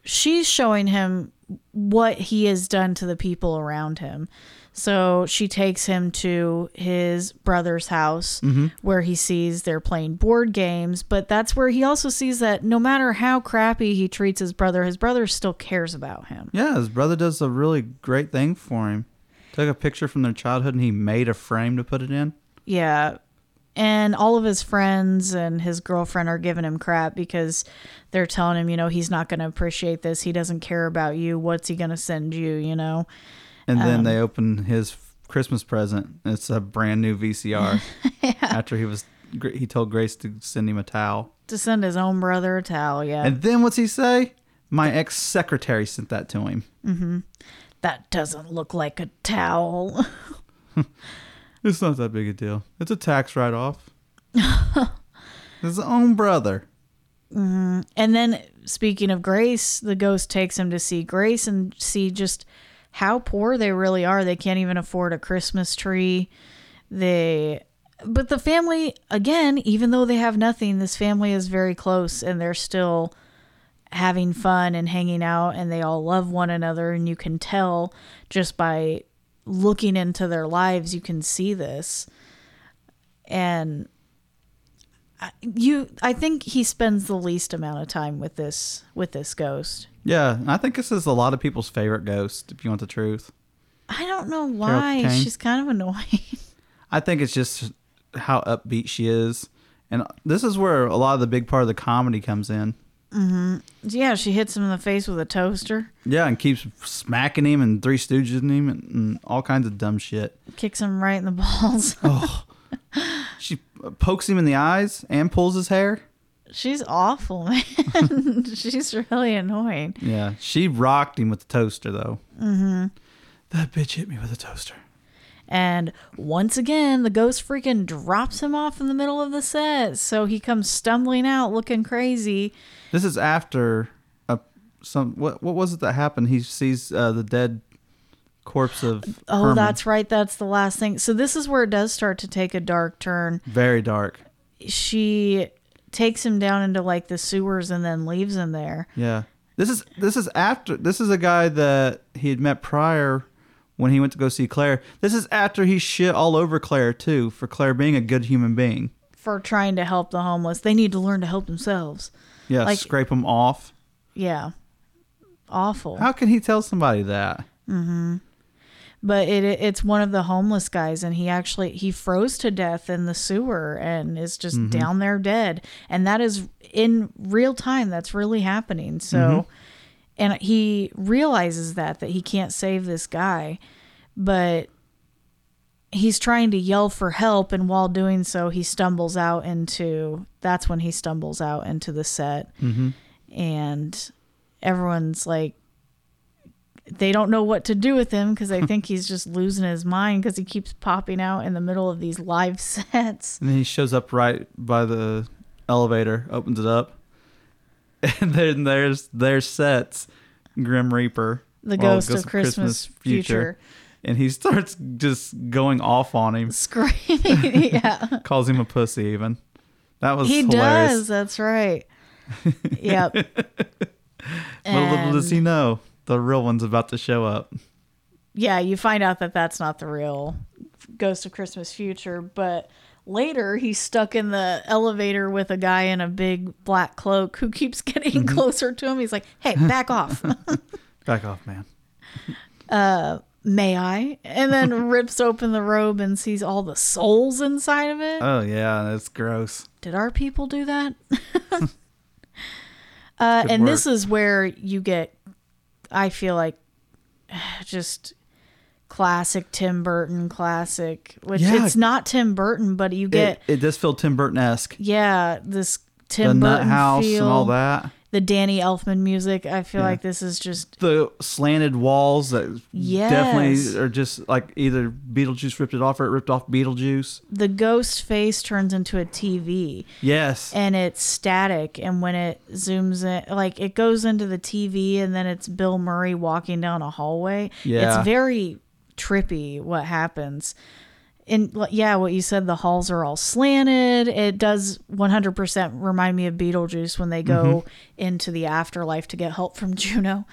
S1: she's showing him what he has done to the people around him. So she takes him to his brother's house where he sees they're playing board games, but that's where he also sees that no matter how crappy he treats his brother, his brother still cares about him.
S4: Yeah, his brother does a really great thing for him. Took a picture from their childhood and he made a frame to put it in.
S1: Yeah. And all of his friends and his girlfriend are giving him crap because they're telling him, you know, he's not going to appreciate this. He doesn't care about you. What's he going to send you, you know?
S4: And then they open his f- Christmas present. It's a brand new VCR. After he was gr- he told Grace to send him a towel.
S1: To send his own brother a towel. Yeah.
S4: And then what's he say? My ex-secretary sent that to him.
S1: that doesn't look like a towel. [laughs]
S4: It's not that big a deal. It's a tax write off. His own brother.
S1: and then, speaking of Grace, the ghost takes him to see Grace and see just how poor they really are. They can't even afford a Christmas tree. They but the family again even though they have nothing this family is very close and they're still having fun and hanging out and they all love one another and you can tell just by looking into their lives you can see this and I- you i think he spends the least amount of time with this with this ghost
S4: Yeah, and I think this is a lot of people's favorite ghost, if you want the truth.
S1: i don't know why
S4: Kane?
S1: she's kind of annoying [laughs]
S4: I think it's just how upbeat she is. And this is where a lot of the big part of the comedy comes in.
S1: yeah she hits him in the face with a toaster
S4: Yeah, and keeps smacking him and three stooges him and, and all kinds of dumb shit.
S1: kicks him right in the [laughs] balls
S4: Oh. She pokes him in the eyes and pulls his hair.
S1: She's awful, [laughs] man. She's really annoying.
S4: Yeah, she rocked him with the toaster, though. Mm-hmm. That bitch hit me with a toaster.
S1: And once again, the ghost freaking drops him off in the middle of the set. So he comes stumbling out looking crazy.
S4: This is after a some what what was it that happened? He sees uh, the dead corpse of
S1: Oh,
S4: Herman.
S1: that's right. That's the last thing. So this is where it does start to take a dark turn.
S4: very dark.
S1: She takes him down into like the sewers and then leaves him there.
S4: Yeah, This is this is after this is a guy that he had met prior when he went to go see Claire. This is after he shit all over Claire too for Claire being a good human being.
S1: for trying to help the homeless. They need to learn to help themselves.
S4: Yeah,
S1: Like-
S4: scrape him off.
S1: Yeah. Awful.
S4: How can he tell somebody that?
S1: but it it's one of the homeless guys and he actually he froze to death in the sewer and is just down there dead and that is in real time that's really happening so and he realizes that that he can't save this guy but he's trying to yell for help and while doing so he stumbles out into that's when he stumbles out into the set and everyone's like they don't know what to do with him because
S4: Hmm.
S1: they think he's just losing his mind because he keeps popping out in the middle of these live [laughs] sets.
S4: And then he shows up right by the elevator, opens it up, [laughs] and then there's there sets Grim Reaper,
S1: The
S4: or
S1: Ghost of Christmas Future.
S4: and he starts just going off on him, [laughs]
S1: Screaming. yeah.
S4: calls him a pussy. Even that was
S1: He
S4: hilarious.
S1: does. That's right.
S4: [laughs]
S1: Yep.
S4: But little does he
S1: And,
S4: know the real one's about to show up.
S1: yeah, you find out that that's not the real Ghost of Christmas Future, but later he's stuck in the elevator with a guy in a big black cloak who keeps [laughs] getting
S4: Mm-hmm.
S1: closer to him. He's like, hey, back off.
S4: Back off, man.
S1: may I? And
S4: [laughs]
S1: then rips open the robe and sees all the souls inside of it.
S4: Oh yeah, that's gross.
S1: Did our people do
S4: [laughs]
S1: that? uh,
S4: Good
S1: and this
S4: work.
S1: is where you get, I feel like, [sighs] just classic Tim Burton classic, which
S4: Yeah.
S1: it's not Tim Burton, but you get,
S4: It, it does feel Tim Burton esque.
S1: yeah, this
S4: The
S1: Tim
S4: nut
S1: Burton
S4: house
S1: feel,
S4: and all that.
S1: the Danny Elfman music. I feel like this is just
S4: The slanted walls that
S1: Yes.
S4: definitely are just like either Beetlejuice ripped it off or it ripped off Beetlejuice.
S1: the ghost face turns into a TV.
S4: Yes.
S1: and it's static and when it zooms in like it goes into the tv and then it's bill murray walking down a hallway
S4: Yeah.
S1: it's very trippy what happens and like, yeah what you said the halls are all slanted it does 100% remind me of beetlejuice when they go
S4: Mm-hmm.
S1: into the afterlife to get help from juno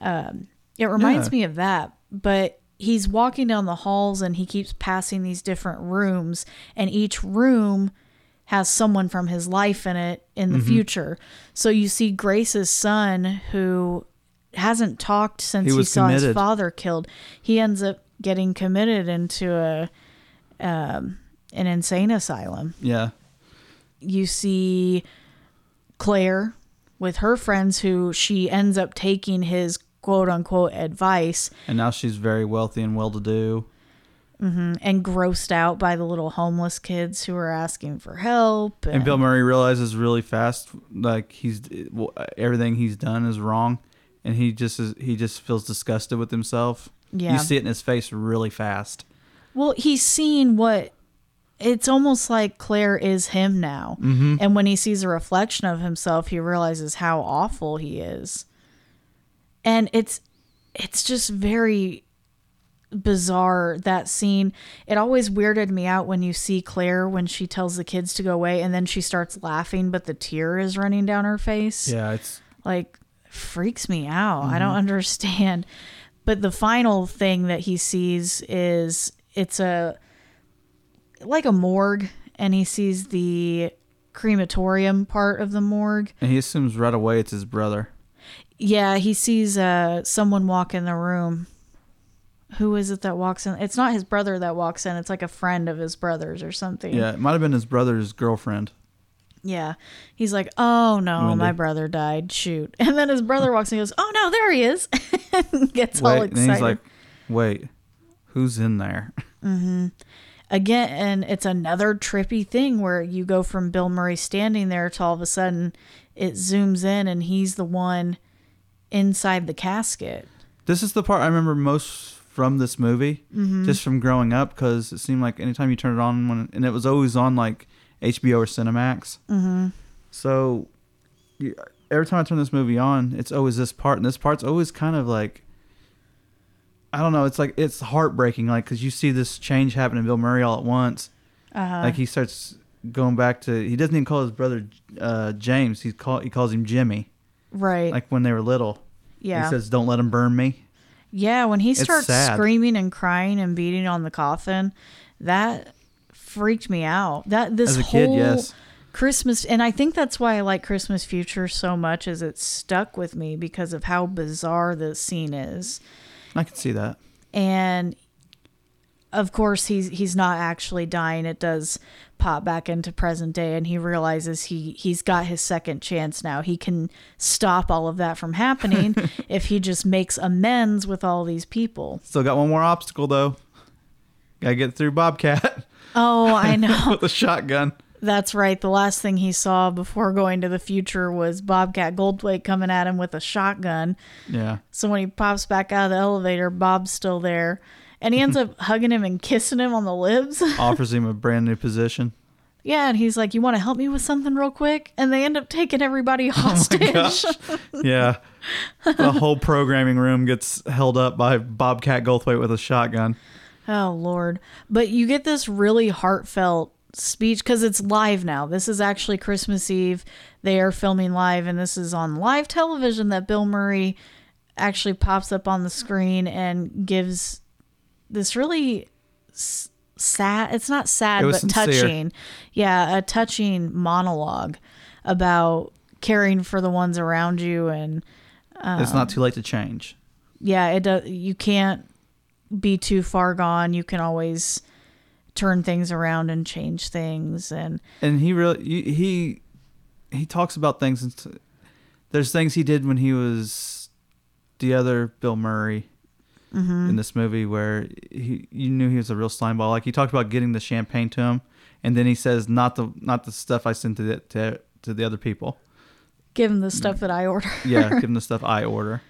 S1: it reminds
S4: Yeah.
S1: me of that, but he's walking down the halls and he keeps passing these different rooms, and each room has someone from his life in it in
S4: Mm-hmm.
S1: the future. So you see Grace's son, who hasn't talked since
S4: He
S1: he,
S4: was
S1: saw his
S4: committed.
S1: father killed. He ends up getting committed into a um, an insane asylum
S4: yeah.
S1: you see Claire with her friends who she ends up taking his quote unquote advice
S4: And now she's very wealthy and well to do.
S1: and grossed out by the little homeless kids who are asking for help.
S4: And Bill Murray realizes really fast, like he's well, everything he's done is wrong, and he just is, he just feels disgusted with himself.
S1: Yeah.
S4: you see it in his face really fast.
S1: Well, he's seen what it's almost like Claire is him now.
S4: Mm-hmm.
S1: And when he sees a reflection of himself, he realizes how awful he is. And it's it's just very bizarre that scene. It always weirded me out when you see Claire when she tells the kids to go away and then she starts laughing but the tear is running down her face
S4: Yeah, it's
S1: like freaks me out. I
S4: Mm-hmm.
S1: don't understand. [laughs] But the final thing that he sees is it's a like a morgue and he sees the crematorium part of the morgue.
S4: and he assumes right away it's his brother.
S1: Yeah, he sees uh someone walk in the room. Who is it that walks in? It's not his brother that walks in. It's like a friend of his brother's or something.
S4: Yeah, it might have been his brother's girlfriend.
S1: Yeah. He's like, "Oh no,
S4: Wendy.
S1: my brother died. Shoot." [laughs] And then his brother walks in and goes, "Oh no, there he is." [laughs] and gets all
S4: Wait, and
S1: excited.
S4: he's like, "Wait, who's in there?"
S1: again and it's another trippy thing where you go from bill murray standing there to all of a sudden it zooms in and he's the one inside the casket
S4: This is the part I remember most from this movie, just from growing up, because it seemed like anytime you turned it on, when, and it was always on like HBO or Cinemax. Mm-hmm. So you, every time I turn this movie on, it's always this part, and this part's always kind of like. I don't know. It's like it's heartbreaking, like because you see this change happen in Bill Murray all at once. Uh-huh. Like he starts going back to he doesn't even call his brother uh, James. He call he calls him Jimmy
S1: Right.
S4: like when they were little.
S1: yeah.
S4: He says, "Don't let them burn me."
S1: yeah. When he starts
S4: sad.
S1: screaming and crying and beating on the coffin, that freaked me out. That this
S4: As a kid,
S1: whole
S4: yes.
S1: Christmas, and I think that's why I like Christmas Future so much, is it stuck with me because of how bizarre the scene is.
S4: I can see that.
S1: and of course he's he's not actually dying it does pop back into present day and he realizes he he's got his second chance now he can stop all of that from [laughs] happening if he just makes amends with all these people
S4: Still got one more obstacle though. Gotta get through Bobcat [laughs]
S1: oh i know
S4: with a shotgun.
S1: [laughs] that's right the last thing he saw before going to the future was bobcat goldthwait coming at him with a shotgun
S4: Yeah.
S1: So when he pops back out of the elevator, Bob's still there. And he [laughs] ends up hugging him and kissing him on the lips.
S4: Offers him a brand new position.
S1: yeah, and he's like, You want to help me with something real quick? And they end up taking
S4: Oh
S1: everybody [laughs] hostage.
S4: Yeah. the whole programming room gets held up by Bobcat Goldthwait with a shotgun.
S1: Oh Lord! But you get this really heartfelt speech because it's live now. This is actually Christmas Eve. They are filming live, and this is on live television that Bill Murray actually pops up on the screen and gives this really s- sad. It's not sad,
S4: It
S1: but
S4: was sincere.
S1: touching. Yeah, a touching monologue about caring for the ones around you and
S4: it's not too late to change.
S1: yeah, it does. You can't be too far gone. You can always turn things around and change things. And
S4: And he really he- he he talks about things. And t- there's things he did when he was the other Bill Murray
S1: Mm-hmm.
S4: in this movie where he you knew he was a real slimeball. Like he talked about getting the champagne to him, and then he says not the not the stuff I sent to the, to, to the other people.
S1: give him the stuff that I order. [laughs]
S4: Yeah, give him the stuff I order.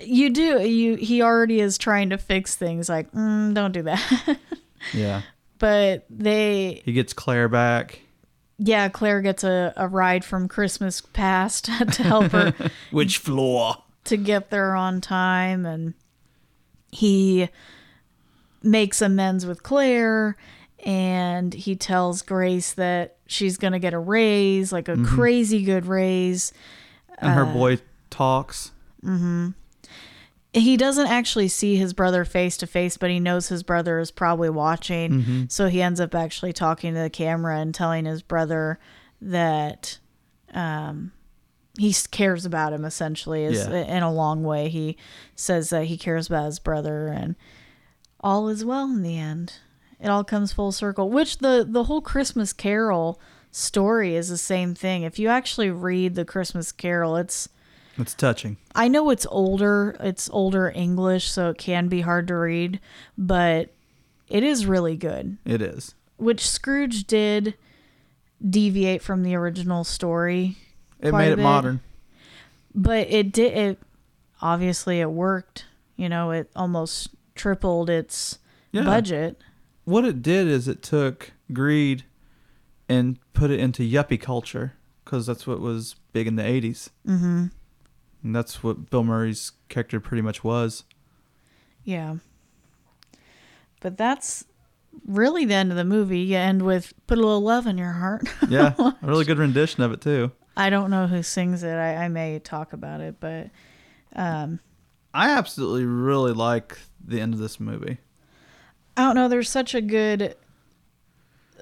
S1: you do. You he already is trying to fix things. Like mm, don't do that. [laughs]
S4: Yeah,
S1: but they
S4: he gets Claire back.
S1: yeah, Claire gets a, a ride from Christmas past [laughs] to help her
S4: Which floor?
S1: to get there on time and he makes amends with Claire and he tells Grace that she's going to get a raise, like a crazy good raise.
S4: And
S1: Uh,
S4: her boy talks.
S1: He doesn't actually see his brother face to face, but he knows his brother is probably watching. So he ends up actually talking to the camera and telling his brother that um, he s- cares about him essentially is
S4: Yeah.
S1: in a long way he says that he cares about his brother and all is well in the end it all comes full circle which the the whole christmas carol story is the same thing if you actually read the christmas carol it's
S4: It's touching.
S1: I know it's older, it's older English, so it can be hard to read, but it is really good.
S4: It is.
S1: Which Scrooge did deviate from the original story,
S4: It
S1: Quite a
S4: made it
S1: bit.
S4: modern.
S1: but it did it obviously it worked. You know, it almost tripled its
S4: Yeah.
S1: budget.
S4: What it did is it took greed and put it into yuppie culture because that's what was big in the 80s. Mm-hmm. And that's what Bill Murray's character pretty much was.
S1: Yeah. But that's really the end of the movie. You end with put a little love in your heart. [laughs]
S4: Yeah. a really good rendition of it, too.
S1: I don't know who sings it. I, I may talk about it, but
S4: I absolutely really like the end of this movie.
S1: I don't know. There's such a good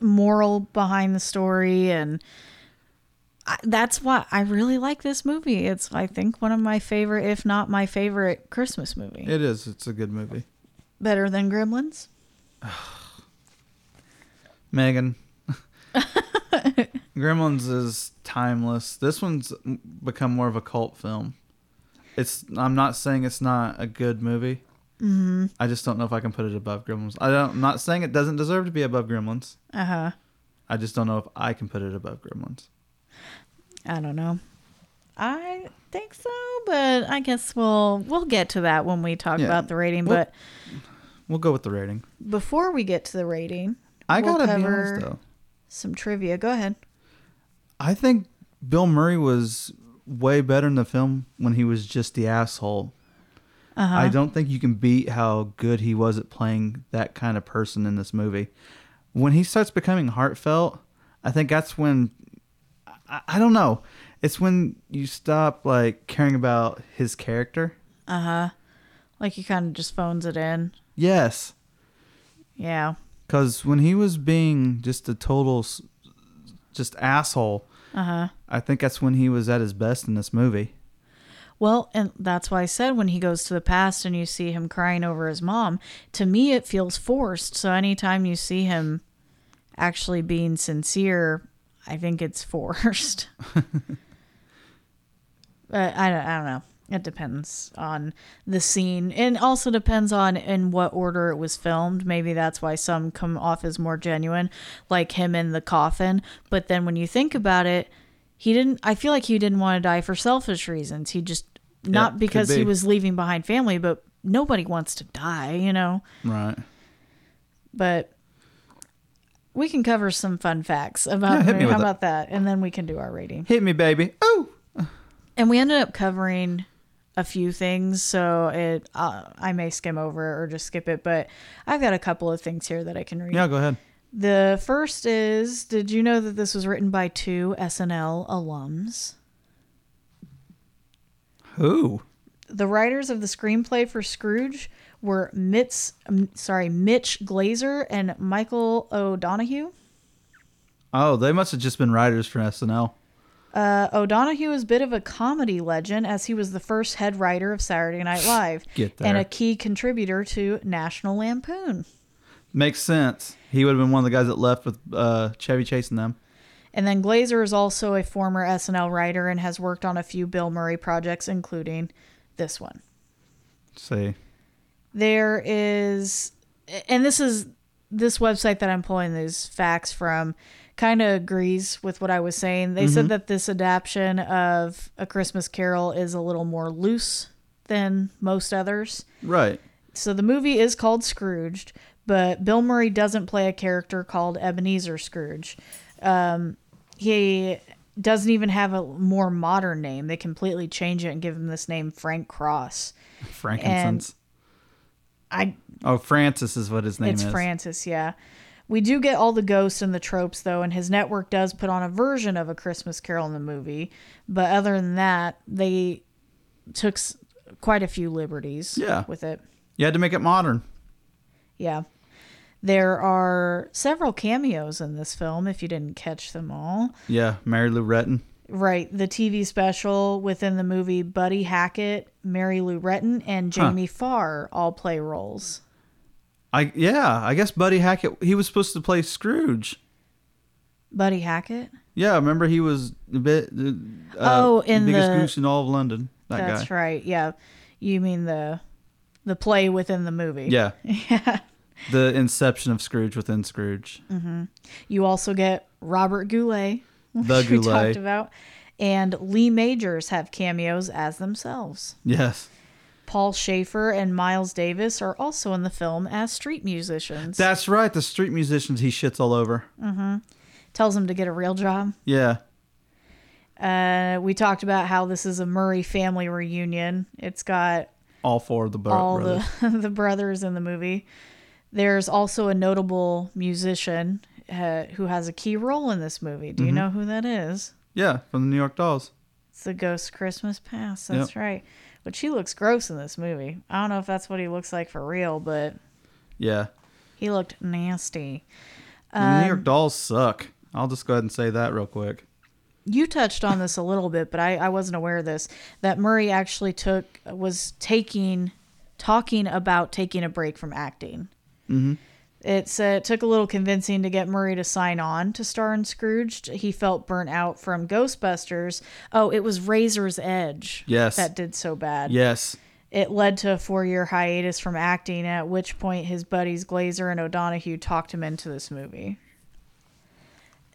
S1: moral behind the story, and I, that's why I really like this movie. It's, I think, one of my favorite, if not my favorite, Christmas movie.
S4: It is. It's a good movie.
S1: Better than Gremlins. [laughs]
S4: Megan. Gremlins is timeless. This one's become more of a cult film. It's. I'm not saying it's not a good movie. Mm-hmm. I just don't know if I can put it above Gremlins. I don't. I'm not saying it doesn't deserve to be above Gremlins.
S1: Uh huh.
S4: I just don't know if I can put it above Gremlins.
S1: I don't know. I think so, but I guess we'll we'll get to that when we talk
S4: Yeah.
S1: about the rating.
S4: Well-
S1: but
S4: We'll go with the rating.
S1: before we get to the rating,
S4: I
S1: We'll
S4: gotta be
S1: cover-
S4: honest though.
S1: some trivia. Go ahead.
S4: I think Bill Murray was way better in the film when he was just the asshole. I don't think you can beat how good he was at playing that kind of person in this movie. When he starts becoming heartfelt, I think that's when I, I don't know. It's when you stop like caring about his character.
S1: Like he kind of just phones it in.
S4: Yes,
S1: Yeah.
S4: because when he was being just a total, s- just asshole, uh-huh. I think that's when he was at his best in this movie.
S1: Well, and that's why I said when he goes to the past and you see him crying over his mom, to me it feels forced. So anytime you see him actually being sincere, I think it's
S4: [laughs]
S1: forced. but I don't, I don't know. It depends on the scene and also depends on in what order it was filmed. Maybe that's why some come off as more genuine, like him in the coffin. But then when you think about it, he didn't i feel like he didn't want to die for selfish reasons he just not
S4: could
S1: because
S4: be.
S1: he was leaving behind family but nobody wants to die you know
S4: Right.
S1: but we can cover some fun facts about
S4: Yeah, hit me
S1: how
S4: with it.
S1: about that and then we can do our rating
S4: Hit me, baby. Oh.
S1: and we ended up covering a few things so it uh, i may skim over it or just skip it but i've got a couple of things here that i can read
S4: Yeah, go ahead.
S1: the first is did you know that this was written by two snl alums
S4: Who?
S1: the writers of the screenplay for Scrooge were Mitch, um, sorry, Mitch Glazer and Michael O'Donohue.
S4: Oh, they must have just been writers for SNL.
S1: Uh, O'Donohue is a bit of a comedy legend as he was the first head writer of Saturday Night Live
S4: Get
S1: and
S4: there.
S1: a key contributor to National Lampoon.
S4: Makes sense. He would have been one of the guys that left with uh, Chevy chasing them.
S1: And then Glazer is also a former SNL writer and has worked on a few Bill Murray projects, including this one.
S4: See.
S1: there is and this is this website that i'm pulling these facts from kind of agrees with what i was saying they
S4: Mm-hmm.
S1: said that this adaptation of a christmas carol is a little more loose than most others
S4: Right.
S1: so the movie is called Scrooged, but Bill Murray doesn't play a character called Ebenezer Scrooge. Um, he doesn't even have a more modern name. They completely change it and give him this name, Frank Cross.
S4: Frankincense.
S1: I
S4: oh, Francis is what his name
S1: it's
S4: is.
S1: Francis, yeah. We do get all the ghosts and the tropes though, and his network does put on a version of a Christmas Carol in the movie. But other than that, they took s- quite a few liberties
S4: Yeah.
S1: with it.
S4: you had to make it modern.
S1: Yeah. There are several cameos in this film if you didn't catch them all.
S4: Yeah, Mary Lou Retton.
S1: Right, the TV special within the movie Buddy Hackett, Mary Lou Retton, and Jamie Farr all play roles.
S4: I yeah, I guess Buddy Hackett. He was supposed to play Scrooge.
S1: Buddy Hackett?
S4: Yeah, remember he was a bit. Uh,
S1: Oh, in
S4: biggest
S1: the-
S4: goose in all of London. That
S1: That's
S4: guy.
S1: right. Yeah. You mean the the play within the movie. [laughs]
S4: Yeah. Yeah. The inception of Scrooge within Scrooge.
S1: Mm. You also get Robert Goulet,
S4: The
S1: which we talked
S4: Goulet.
S1: about, and Lee Majors have cameos as themselves.
S4: Yes.
S1: Paul Schaefer and Miles Davis are also in the film as street musicians.
S4: That's right. The street musicians he shits all over.
S1: Tells them to get a real job.
S4: Yeah.
S1: Uh, we talked about how this is a Murray family reunion. It's got
S4: All four of the bro-
S1: all
S4: brothers.
S1: the [laughs] the brothers in the movie. There's also a notable musician uh, who has a key role in this movie.
S4: Mm-hmm.
S1: Do you know who that is?
S4: Yeah, from the New York Dolls.
S1: It's the Ghost Christmas Past. That's
S4: Yep.
S1: right. But he looks gross in this movie. I don't know if that's what he looks like for real, but
S4: Yeah.
S1: he looked nasty.
S4: The New
S1: Um,
S4: York Dolls suck. I'll just go ahead and say that real quick.
S1: you touched on this a little bit, but I, I wasn't aware of this. That Murray actually took was taking talking about taking a break from acting. Mm-hmm. It's uh, it took a little convincing to get Murray to sign on to star in Scrooged. He felt burnt out from Ghostbusters. Oh, it was Razor's Edge.
S4: Yes.
S1: that did so bad.
S4: Yes.
S1: It led to a four year hiatus from acting. At which point, his buddies Glazer and O'Donohue talked him into this movie.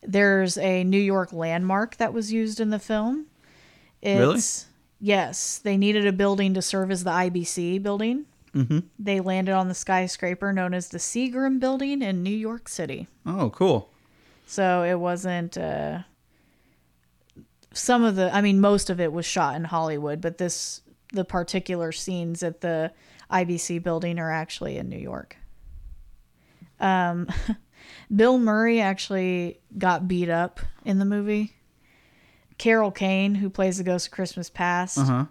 S1: There's a New York landmark that was used in the film. It's,
S4: Really?
S1: Yes, they needed a building to serve as the IBC building. Mm-hmm. They landed on the skyscraper known as the Seagram Building in New York City.
S4: Oh, cool.
S1: So it wasn't. Uh, some of the, I mean, most of it was shot in Hollywood, but this, the particular scenes at the IBC building are actually in New York. [laughs] Um, Bill Murray actually got beat up in the movie. Carol Kane, who plays the Ghost of Christmas Past,
S4: Uh-huh.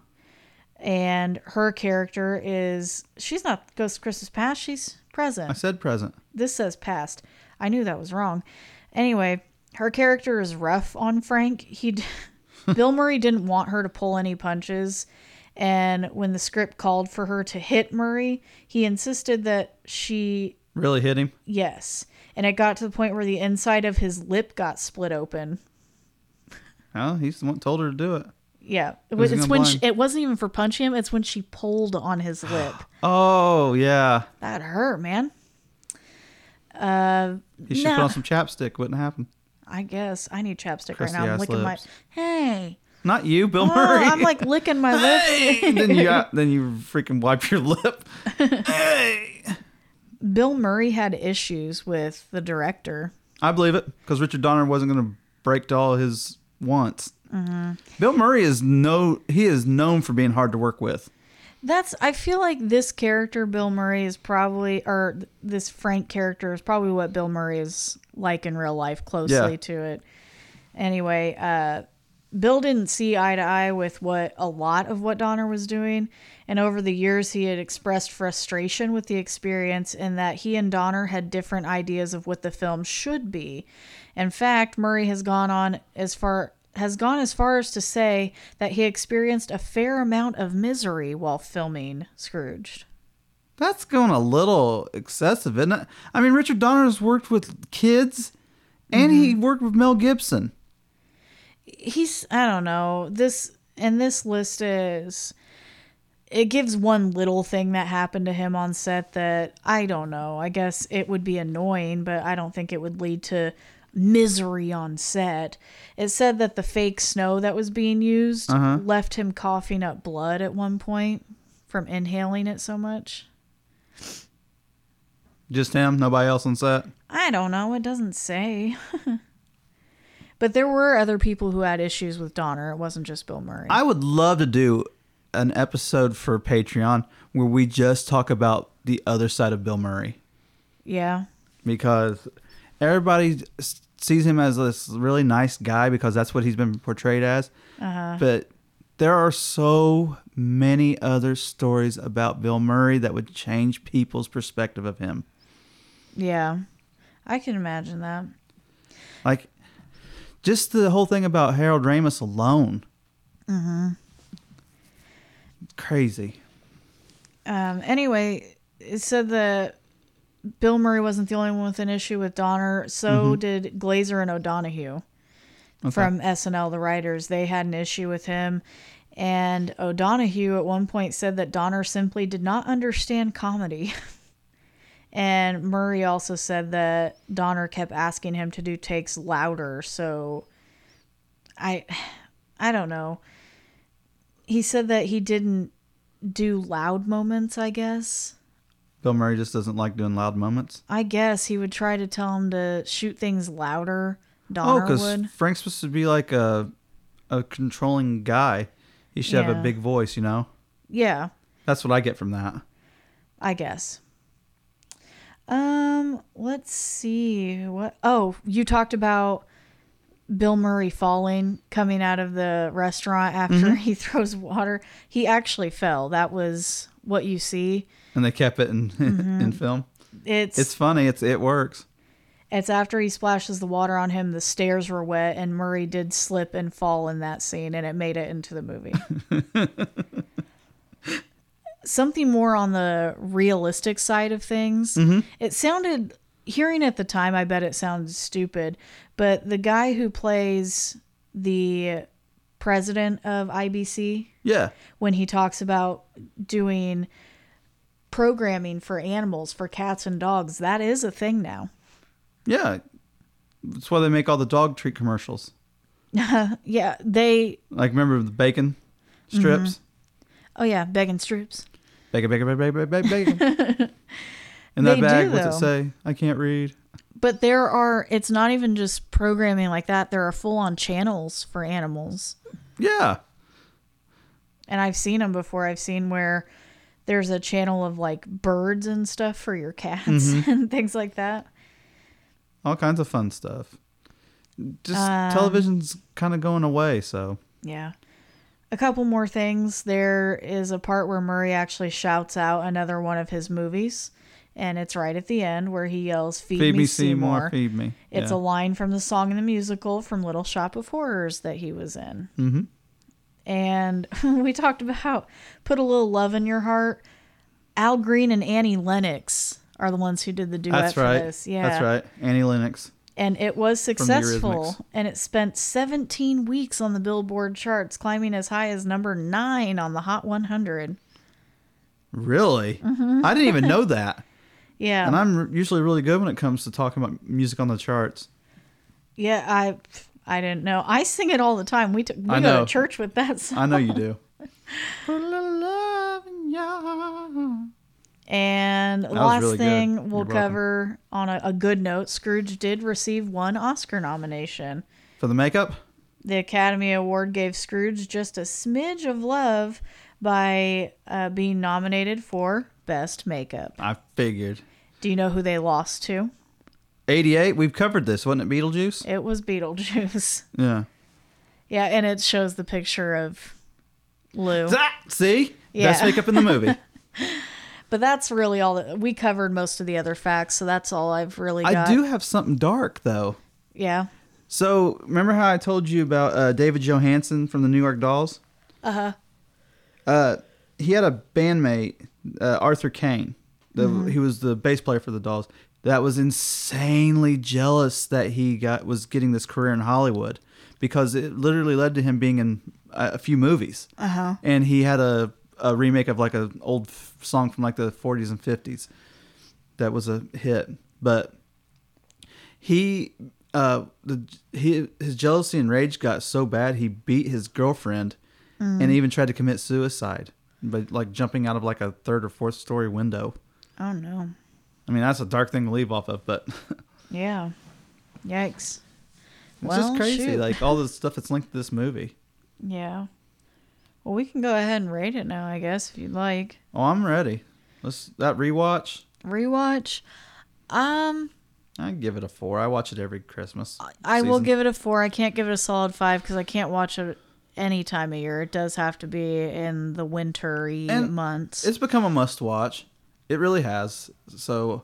S1: and her character is she's not the Ghost of Christmas Past, she's present.
S4: I said present.
S1: this says past. I knew that was wrong. Anyway, her character is rough on Frank. He d- [laughs] Bill Murray didn't want her to pull any punches, and when the script called for her to hit Murray, he insisted that she
S4: Really hit him.
S1: yes. And it got to the point where the inside of his lip got split open.
S4: Oh, he's the one that told her to do it.
S1: Yeah, it
S4: Who's
S1: was, it's
S4: gonna
S1: when she,
S4: blind?
S1: it wasn't even for punching him. It's when she pulled on his
S4: [sighs]
S1: lip.
S4: Oh yeah,
S1: that hurt, man.
S4: he should
S1: Nah.
S4: put on some chapstick. Wouldn't happen.
S1: I guess I need chapstick
S4: Crusty
S1: right now. I'm
S4: ass
S1: licking
S4: lips.
S1: my
S4: [laughs]
S1: hey.
S4: Not you, Bill
S1: Oh,
S4: Murray. [laughs]
S1: I'm like licking my lips. [laughs]
S4: then you got, then you freaking wipe your lip.
S1: Bill Murray had issues with the director.
S4: I believe it because Richard Donner wasn't going to break to all his wants. Bill Murray is no he is known for being hard to work with.
S1: That's I feel like this character Bill Murray is probably or th- this Frank character is probably what Bill Murray is like in real life closely
S4: Yeah.
S1: to it. Anyway, uh Bill didn't see eye to eye with what a lot of what Donner was doing, and over the years he had expressed frustration with the experience and that he and Donner had different ideas of what the film should be. In fact, Murray has gone on as far has gone as far as to say that he experienced a fair amount of misery while filming Scrooged.
S4: That's going a little excessive, isn't it? I mean, Richard Donner's worked with kids, and he worked with Mel Gibson.
S1: he's I don't know this and this list is it gives one little thing that happened to him on set that I don't know. I guess it would be annoying, but I don't think it would lead to misery on set. It said that the fake snow that was being used left him coughing up blood at one point from inhaling it so much.
S4: Just him, nobody else on set.
S1: I don't know. It doesn't say. [laughs] but there were other people who had issues with Donner. It wasn't just Bill Murray.
S4: I would love to do an episode for Patreon where we just talk about the other side of Bill Murray.
S1: yeah.
S4: because everybody s- sees him as this really nice guy because that's what he's been portrayed as. But there are so many other stories about Bill Murray that would change people's perspective of him.
S1: Yeah, I can imagine that.
S4: Like just the whole thing about Harold Ramis alone. Mm-hmm. Crazy.
S1: Um, anyway, it said that Bill Murray wasn't the only one with an issue with Donner. So did Glazer and O'Donohue from SNL, the writers. They had an issue with him. And O'Donohue at one point said that Donner simply did not understand comedy. [laughs] and Murray also said that Donner kept asking him to do takes louder. So I, [sighs] I don't know. He said that he didn't do loud moments, I guess.
S4: Bill Murray just doesn't like doing loud moments.
S1: I guess he would try to tell him to shoot things louder.
S4: Oh,
S1: Donner
S4: because
S1: would.
S4: Frank's supposed to be like a a controlling guy. He should have
S1: Yeah.
S4: a big voice, you know.
S1: Yeah,
S4: That's what I get from that.
S1: I guess. Um, let's see what. Oh, you talked about Bill Murray falling coming out of the restaurant after [laughs] he throws water. He actually fell. That was what you see.
S4: And they kept it in [laughs]
S1: Mm-hmm.
S4: in film.
S1: It's
S4: It's funny. It's it works.
S1: It's after he splashes the water on him, the stairs were wet, and Murray did slip and fall in that scene, and it made it into the movie. Something more on the realistic side of things. It sounded, hearing at the time, I bet it sounded stupid, but the guy who plays the president of IBC,
S4: Yeah.
S1: when he talks about doing programming for animals, for cats and dogs, that is a thing now.
S4: Yeah. That's why they make all the dog treat commercials.
S1: Yeah, they.
S4: Like remember the bacon strips?
S1: Oh yeah, bacon strips.
S4: Bacon, bacon, bacon, bacon, bacon, bacon.
S1: [laughs] Mm-hmm.
S4: In
S1: They
S4: that
S1: do,
S4: bag, what's
S1: though.
S4: it say? I can't read.
S1: But there are. It's not even just programming like that. There are full-on channels for animals,
S4: Yeah.
S1: and I've seen them before. I've seen where there's a channel of like birds and stuff [laughs]
S4: Mm-hmm.
S1: for your cats and things like that.
S4: All kinds of fun stuff. Just
S1: Um,
S4: television's kind of going away, so
S1: Yeah. A couple more things. There is a part where Murray actually shouts out another one of his movies, and it's right at the end where he yells, Feed,
S4: feed
S1: me,
S4: me,
S1: Seymour.
S4: Seymour, feed me.
S1: It's a line from the song in the musical from Little Shop of Horrors that he was in. Mm-hmm. And [laughs] we talked about Put a Little Love in Your Heart. Al Green and Annie Lennox are the ones who did the duet
S4: that's
S1: for
S4: right.
S1: this. Yeah.
S4: That's right. Annie Lennox.
S1: And it was
S4: the Eurythmics.
S1: successful. And it spent 17 weeks on the Billboard charts, climbing as high as number nine on the Hot 100.
S4: Really?
S1: Mm-hmm.
S4: I didn't even
S1: [laughs]
S4: know that.
S1: Yeah.
S4: And I'm r- usually really good when it comes to talking about music on the charts.
S1: yeah, I. I didn't know. I sing it all the time. We took we
S4: I
S1: go
S4: know.
S1: to church with that [laughs] song.
S4: I know you do.
S1: And
S4: was
S1: last
S4: really good.
S1: thing
S4: You're
S1: we'll
S4: welcome.
S1: cover on a, a good note, Scrooge did receive one Oscar nomination.
S4: For the makeup?
S1: The Academy Award gave Scrooge just a smidge of love by uh, being nominated for Best Makeup.
S4: I figured.
S1: Do you know who they lost to?
S4: 88, we've covered this, wasn't it Beetlejuice?
S1: It was Beetlejuice. [laughs]
S4: Yeah.
S1: yeah, and it shows the picture of Lou.
S4: Ah, see? Best
S1: Yeah.
S4: makeup in the movie.
S1: But that's really all that we covered most of the other facts, so that's all I've really got.
S4: I do have something dark, though.
S1: Yeah.
S4: So, remember how I told you about uh, David Johansen from the New York Dolls? Uh-huh. Uh, he had a bandmate, uh, Arthur Kane. The, He was the bass player for the Dolls. That was insanely jealous that he got was getting this career in Hollywood because it literally led to him being in a, a few movies. Uh-huh. And he had a, a remake of like an old f- song from like the 40s and 50s that was a hit. But he uh the he his jealousy and rage got so bad he beat his girlfriend
S1: Mm.
S4: and even tried to commit suicide by like jumping out of like a third or fourth story window
S1: Oh no.
S4: i mean that's a dark thing to leave off of but [laughs] it's
S1: Yeah. Yikes.
S4: just crazy
S1: shoot. [laughs]
S4: like all the stuff that's linked to this movie
S1: Yeah. Well, we can go ahead and rate it now, I guess, if you'd like.
S4: oh i'm ready let's that rewatch
S1: Rewatch. Um,
S4: i give it a four i watch it every christmas
S1: I will
S4: season.
S1: give it a four. I can't give it a solid five because I can't watch it any time of year. It does have to be in the wintery
S4: And
S1: months.
S4: it's become a must watch it really has so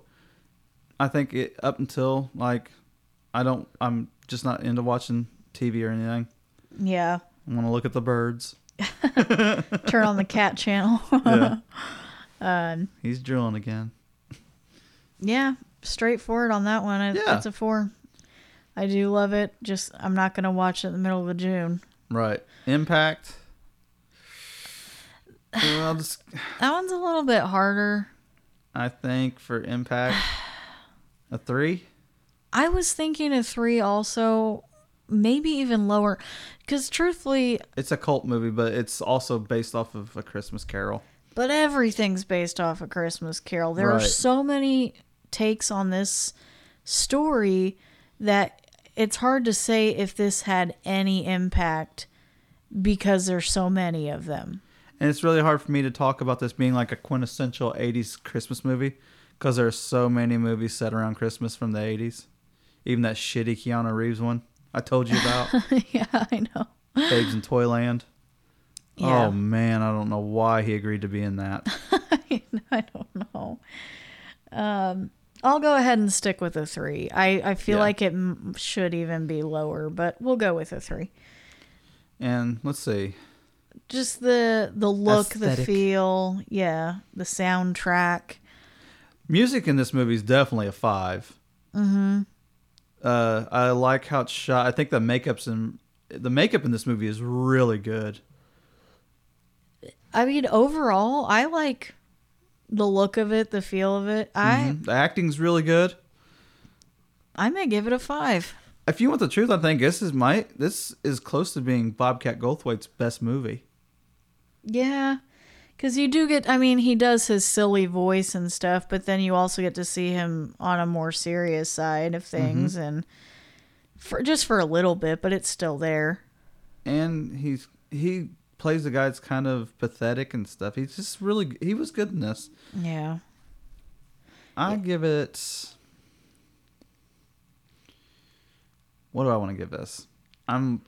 S4: i think it up until like i don't i'm just not into watching tv or anything
S1: Yeah.
S4: i want to look at the birds
S1: Turn on the
S4: [laughs]
S1: cat channel.
S4: he's drilling again
S1: yeah. Straightforward on that one. I,
S4: Yeah.
S1: It's a four. I do love it. Just, I'm not going to watch it in the middle of June.
S4: right impact well, I'll just,
S1: That one's a little bit harder.
S4: i think for impact a three
S1: I was thinking of three also, maybe even lower. Because truthfully,
S4: it's a cult movie but it's also based off of a christmas carol
S1: but everything's based off of Christmas Carol. There are
S4: Right.
S1: so many takes on this story that it's hard to say if this had any impact because there's so many of them.
S4: and it's really hard for me to talk about this being like a quintessential 80s christmas movie because there are so many movies set around christmas from the 80s even that shitty keanu reeves one i told you about
S1: [laughs] yeah, I know.
S4: babes in toyland
S1: Yeah.
S4: oh man i don't know why he agreed to be in that
S1: I don't know. Um, I'll go ahead and stick with a three. I, I feel
S4: Yeah.
S1: like it m- should even be lower, but we'll go with a three.
S4: and let's see
S1: just the the look the
S4: Aesthetic.
S1: feel yeah the soundtrack
S4: music in this movie is definitely a five mm-hmm. uh, i like how it's shot i think the makeup's in the makeup in this movie is really good
S1: i mean overall i like the look of it the feel of it i
S4: Mm-hmm. the acting's really good
S1: i may give it a five
S4: If you want the truth, I think this is my this is close to being Bobcat Goldthwait's best movie.
S1: yeah because you do get i mean he does his silly voice and stuff but then you also get to see him on a more serious side
S4: Mm-hmm.
S1: of things and for just for a little bit but it's still there
S4: And he's he plays the guy that's kind of pathetic and stuff. He's just really he was good in this.
S1: yeah
S4: I give it What do I want to give this? I'm.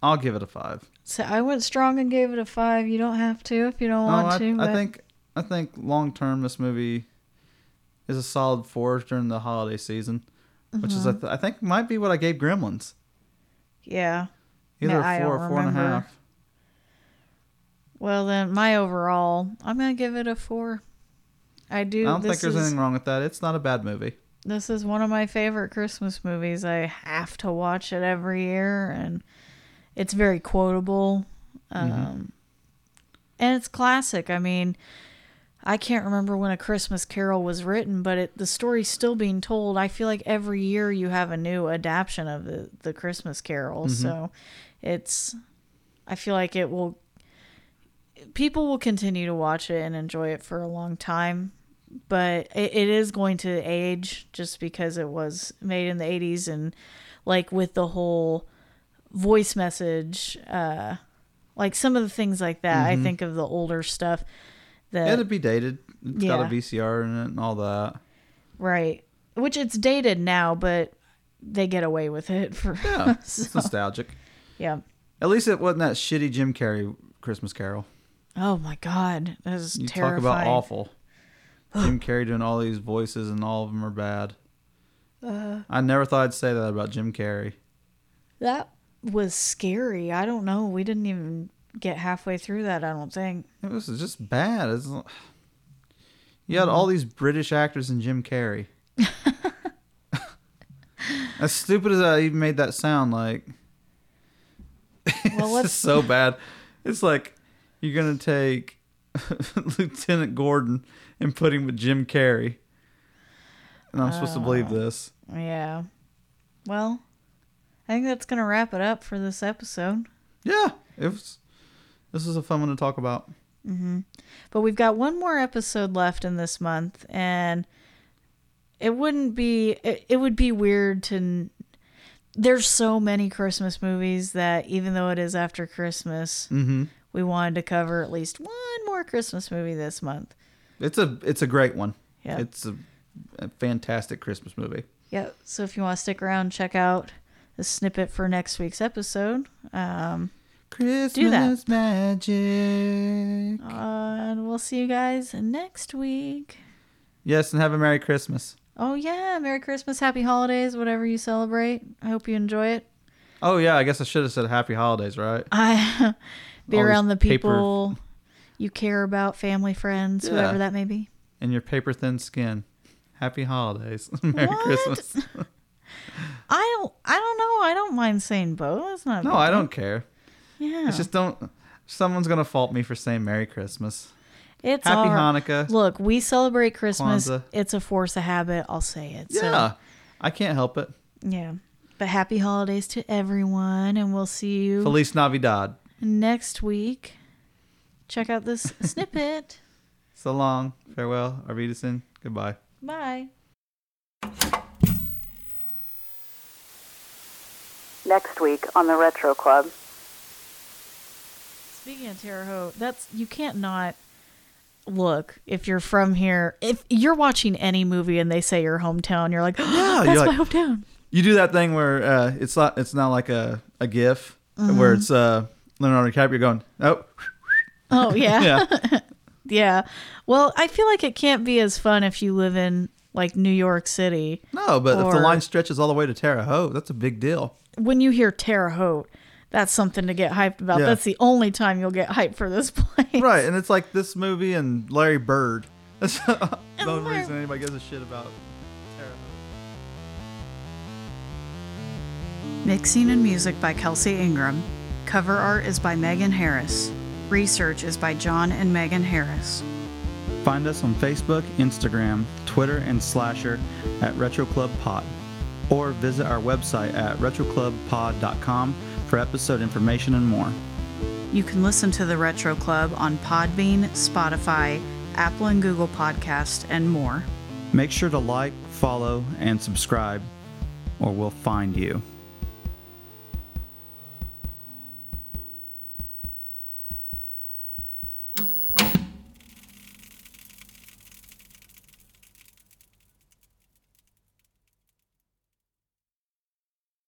S4: I'll give it a five.
S1: So I went strong and gave it a five. You don't have to if you don't want
S4: Oh, I,
S1: to.
S4: I
S1: but-
S4: think I think long term this movie is a solid four during the holiday season, which
S1: Mm-hmm.
S4: is I, th- I think might be what I gave Gremlins.
S1: Yeah.
S4: Either
S1: No,
S4: a
S1: I
S4: four
S1: don't
S4: or four and a half.
S1: remember. Well then, my overall, I'm gonna give it a four. I do.
S4: I don't think
S1: this
S4: there's
S1: is,
S4: anything wrong with that. It's not a bad movie.
S1: This is one of my favorite Christmas movies. I have to watch it every year, and it's very quotable. Um,
S4: Mm-hmm.
S1: And it's classic. I mean, I can't remember when A Christmas Carol was written, but it, the story's still being told. I feel like every year you have a new adaptation of the, the Christmas Carol. So it's, I feel like it will, people will continue to watch it and enjoy it for a long time. But it, it is going to age just because it was made in the 80s and like with the whole voice message, uh, like some of the things like that. I think of the older stuff. That
S4: It'd be dated. It's got
S1: yeah.
S4: a VCR in it and all
S1: [laughs]
S4: that.
S1: Right. Which it's dated now, but they get away with it for
S4: Yeah,
S1: yeah.
S4: it's nostalgic.
S1: yeah.
S4: At least it wasn't that shitty Jim Carrey Christmas Carol.
S1: Oh my god. That is
S4: You
S1: terrifying.
S4: talk
S1: [sighs]
S4: about awful. Jim Carrey doing all these voices and all of them are bad.
S1: Uh.
S4: I never thought I'd say that about Jim Carrey.
S1: That was scary. I don't know. We didn't even get halfway through that, I don't think.
S4: It was just bad. It's, you had
S1: Mm-hmm.
S4: all these British actors and
S1: [laughs]
S4: Jim Carrey. as stupid as I even made that sound, like
S1: [laughs] Well,
S4: it's [laughs]
S1: let's-
S4: just so bad. It's like you're gonna take [laughs] Lieutenant Gordon and put him with Jim Carrey, and I'm supposed to
S1: Uh.
S4: believe this.
S1: Yeah. Well, I think that's going to wrap it up for this episode.
S4: Yeah, it was. This is a fun one to talk about.
S1: But we've got one more episode left in this month, and it wouldn't be it, it would be weird to. n- There's so many Christmas movies that even though it is after Christmas, we wanted to cover at least one more Christmas movie this month.
S4: It's a it's a great one.
S1: Yeah.
S4: it's a, a fantastic Christmas movie.
S1: Yep. So if you want to stick around, check out the snippet for next week's episode. Um,
S4: Christmas
S1: that. Uh.
S4: magic.
S1: and we'll see you guys next week.
S4: Yes, and have a Merry Christmas.
S1: Oh yeah, Merry Christmas, Happy Holidays, whatever you celebrate. I hope you enjoy it.
S4: Oh yeah, I guess I should have said Happy Holidays, right?
S1: I [laughs] be
S4: All these
S1: around the
S4: paper-
S1: people you care about, family, friends,
S4: Yeah.
S1: whatever that may be.
S4: And your paper thin skin. Happy Holidays. [laughs] Merry
S1: What?
S4: Christmas.
S1: I don't. I don't know. I don't mind saying both. That's not. a
S4: No,
S1: big
S4: I
S1: deal.
S4: don't care.
S1: Yeah,
S4: It's just don't. Someone's gonna fault me for saying Merry Christmas.
S1: it's
S4: Happy
S1: all right.
S4: Hanukkah.
S1: Look, we celebrate Christmas.
S4: Kwanzaa.
S1: It's a force of habit. I'll say it.
S4: yeah, I can't help it.
S1: So, yeah. But happy holidays to everyone, and we'll see you
S4: Feliz Navidad.
S1: next week. Check out this [laughs] snippet.
S4: So long. Farewell. Arvidison. Goodbye.
S1: Bye.
S3: Next week on the Retro Club.
S1: Speaking of Terre Haute, that's you can't not look if you're from here. If you're watching any movie and they say your hometown, you're like, [gasps] "Oh,
S4: you're
S1: that's
S4: like-
S1: my
S4: [laughs]
S1: hometown.
S4: You do that thing where uh, it's not it's not like a a GIF
S1: Mm-hmm.
S4: where it's uh, Leonardo DiCaprio going oh [laughs]
S1: Oh yeah, yeah,
S4: yeah.
S1: Well, I feel like it can't be as fun if you live in like New York City.
S4: No, but if the
S1: Or-
S4: line stretches all the way to Terre Haute, that's a big deal.
S1: When you hear Terre Haute, that's something to get hyped about.
S4: Yeah.
S1: That's the only time you'll get hyped for this [laughs] place.
S4: Right, and it's like this movie and Larry Bird. [laughs] That's the only
S1: Larry-
S4: reason anybody gives a shit about Terre Haute.
S1: Mixing and music by Kelsey Ingram. Cover art is by Megan Harris. Research is by John and Megan Harris.
S4: Find us on Facebook, Instagram, Twitter, and Slasher at Retro Club Pod. Or visit our website at retroclubpod.com for episode information and more.
S1: You can listen to The Retro Club on Podbean, Spotify, Apple and Google Podcast, and more.
S4: Make sure to like, follow, and subscribe, or we'll find you.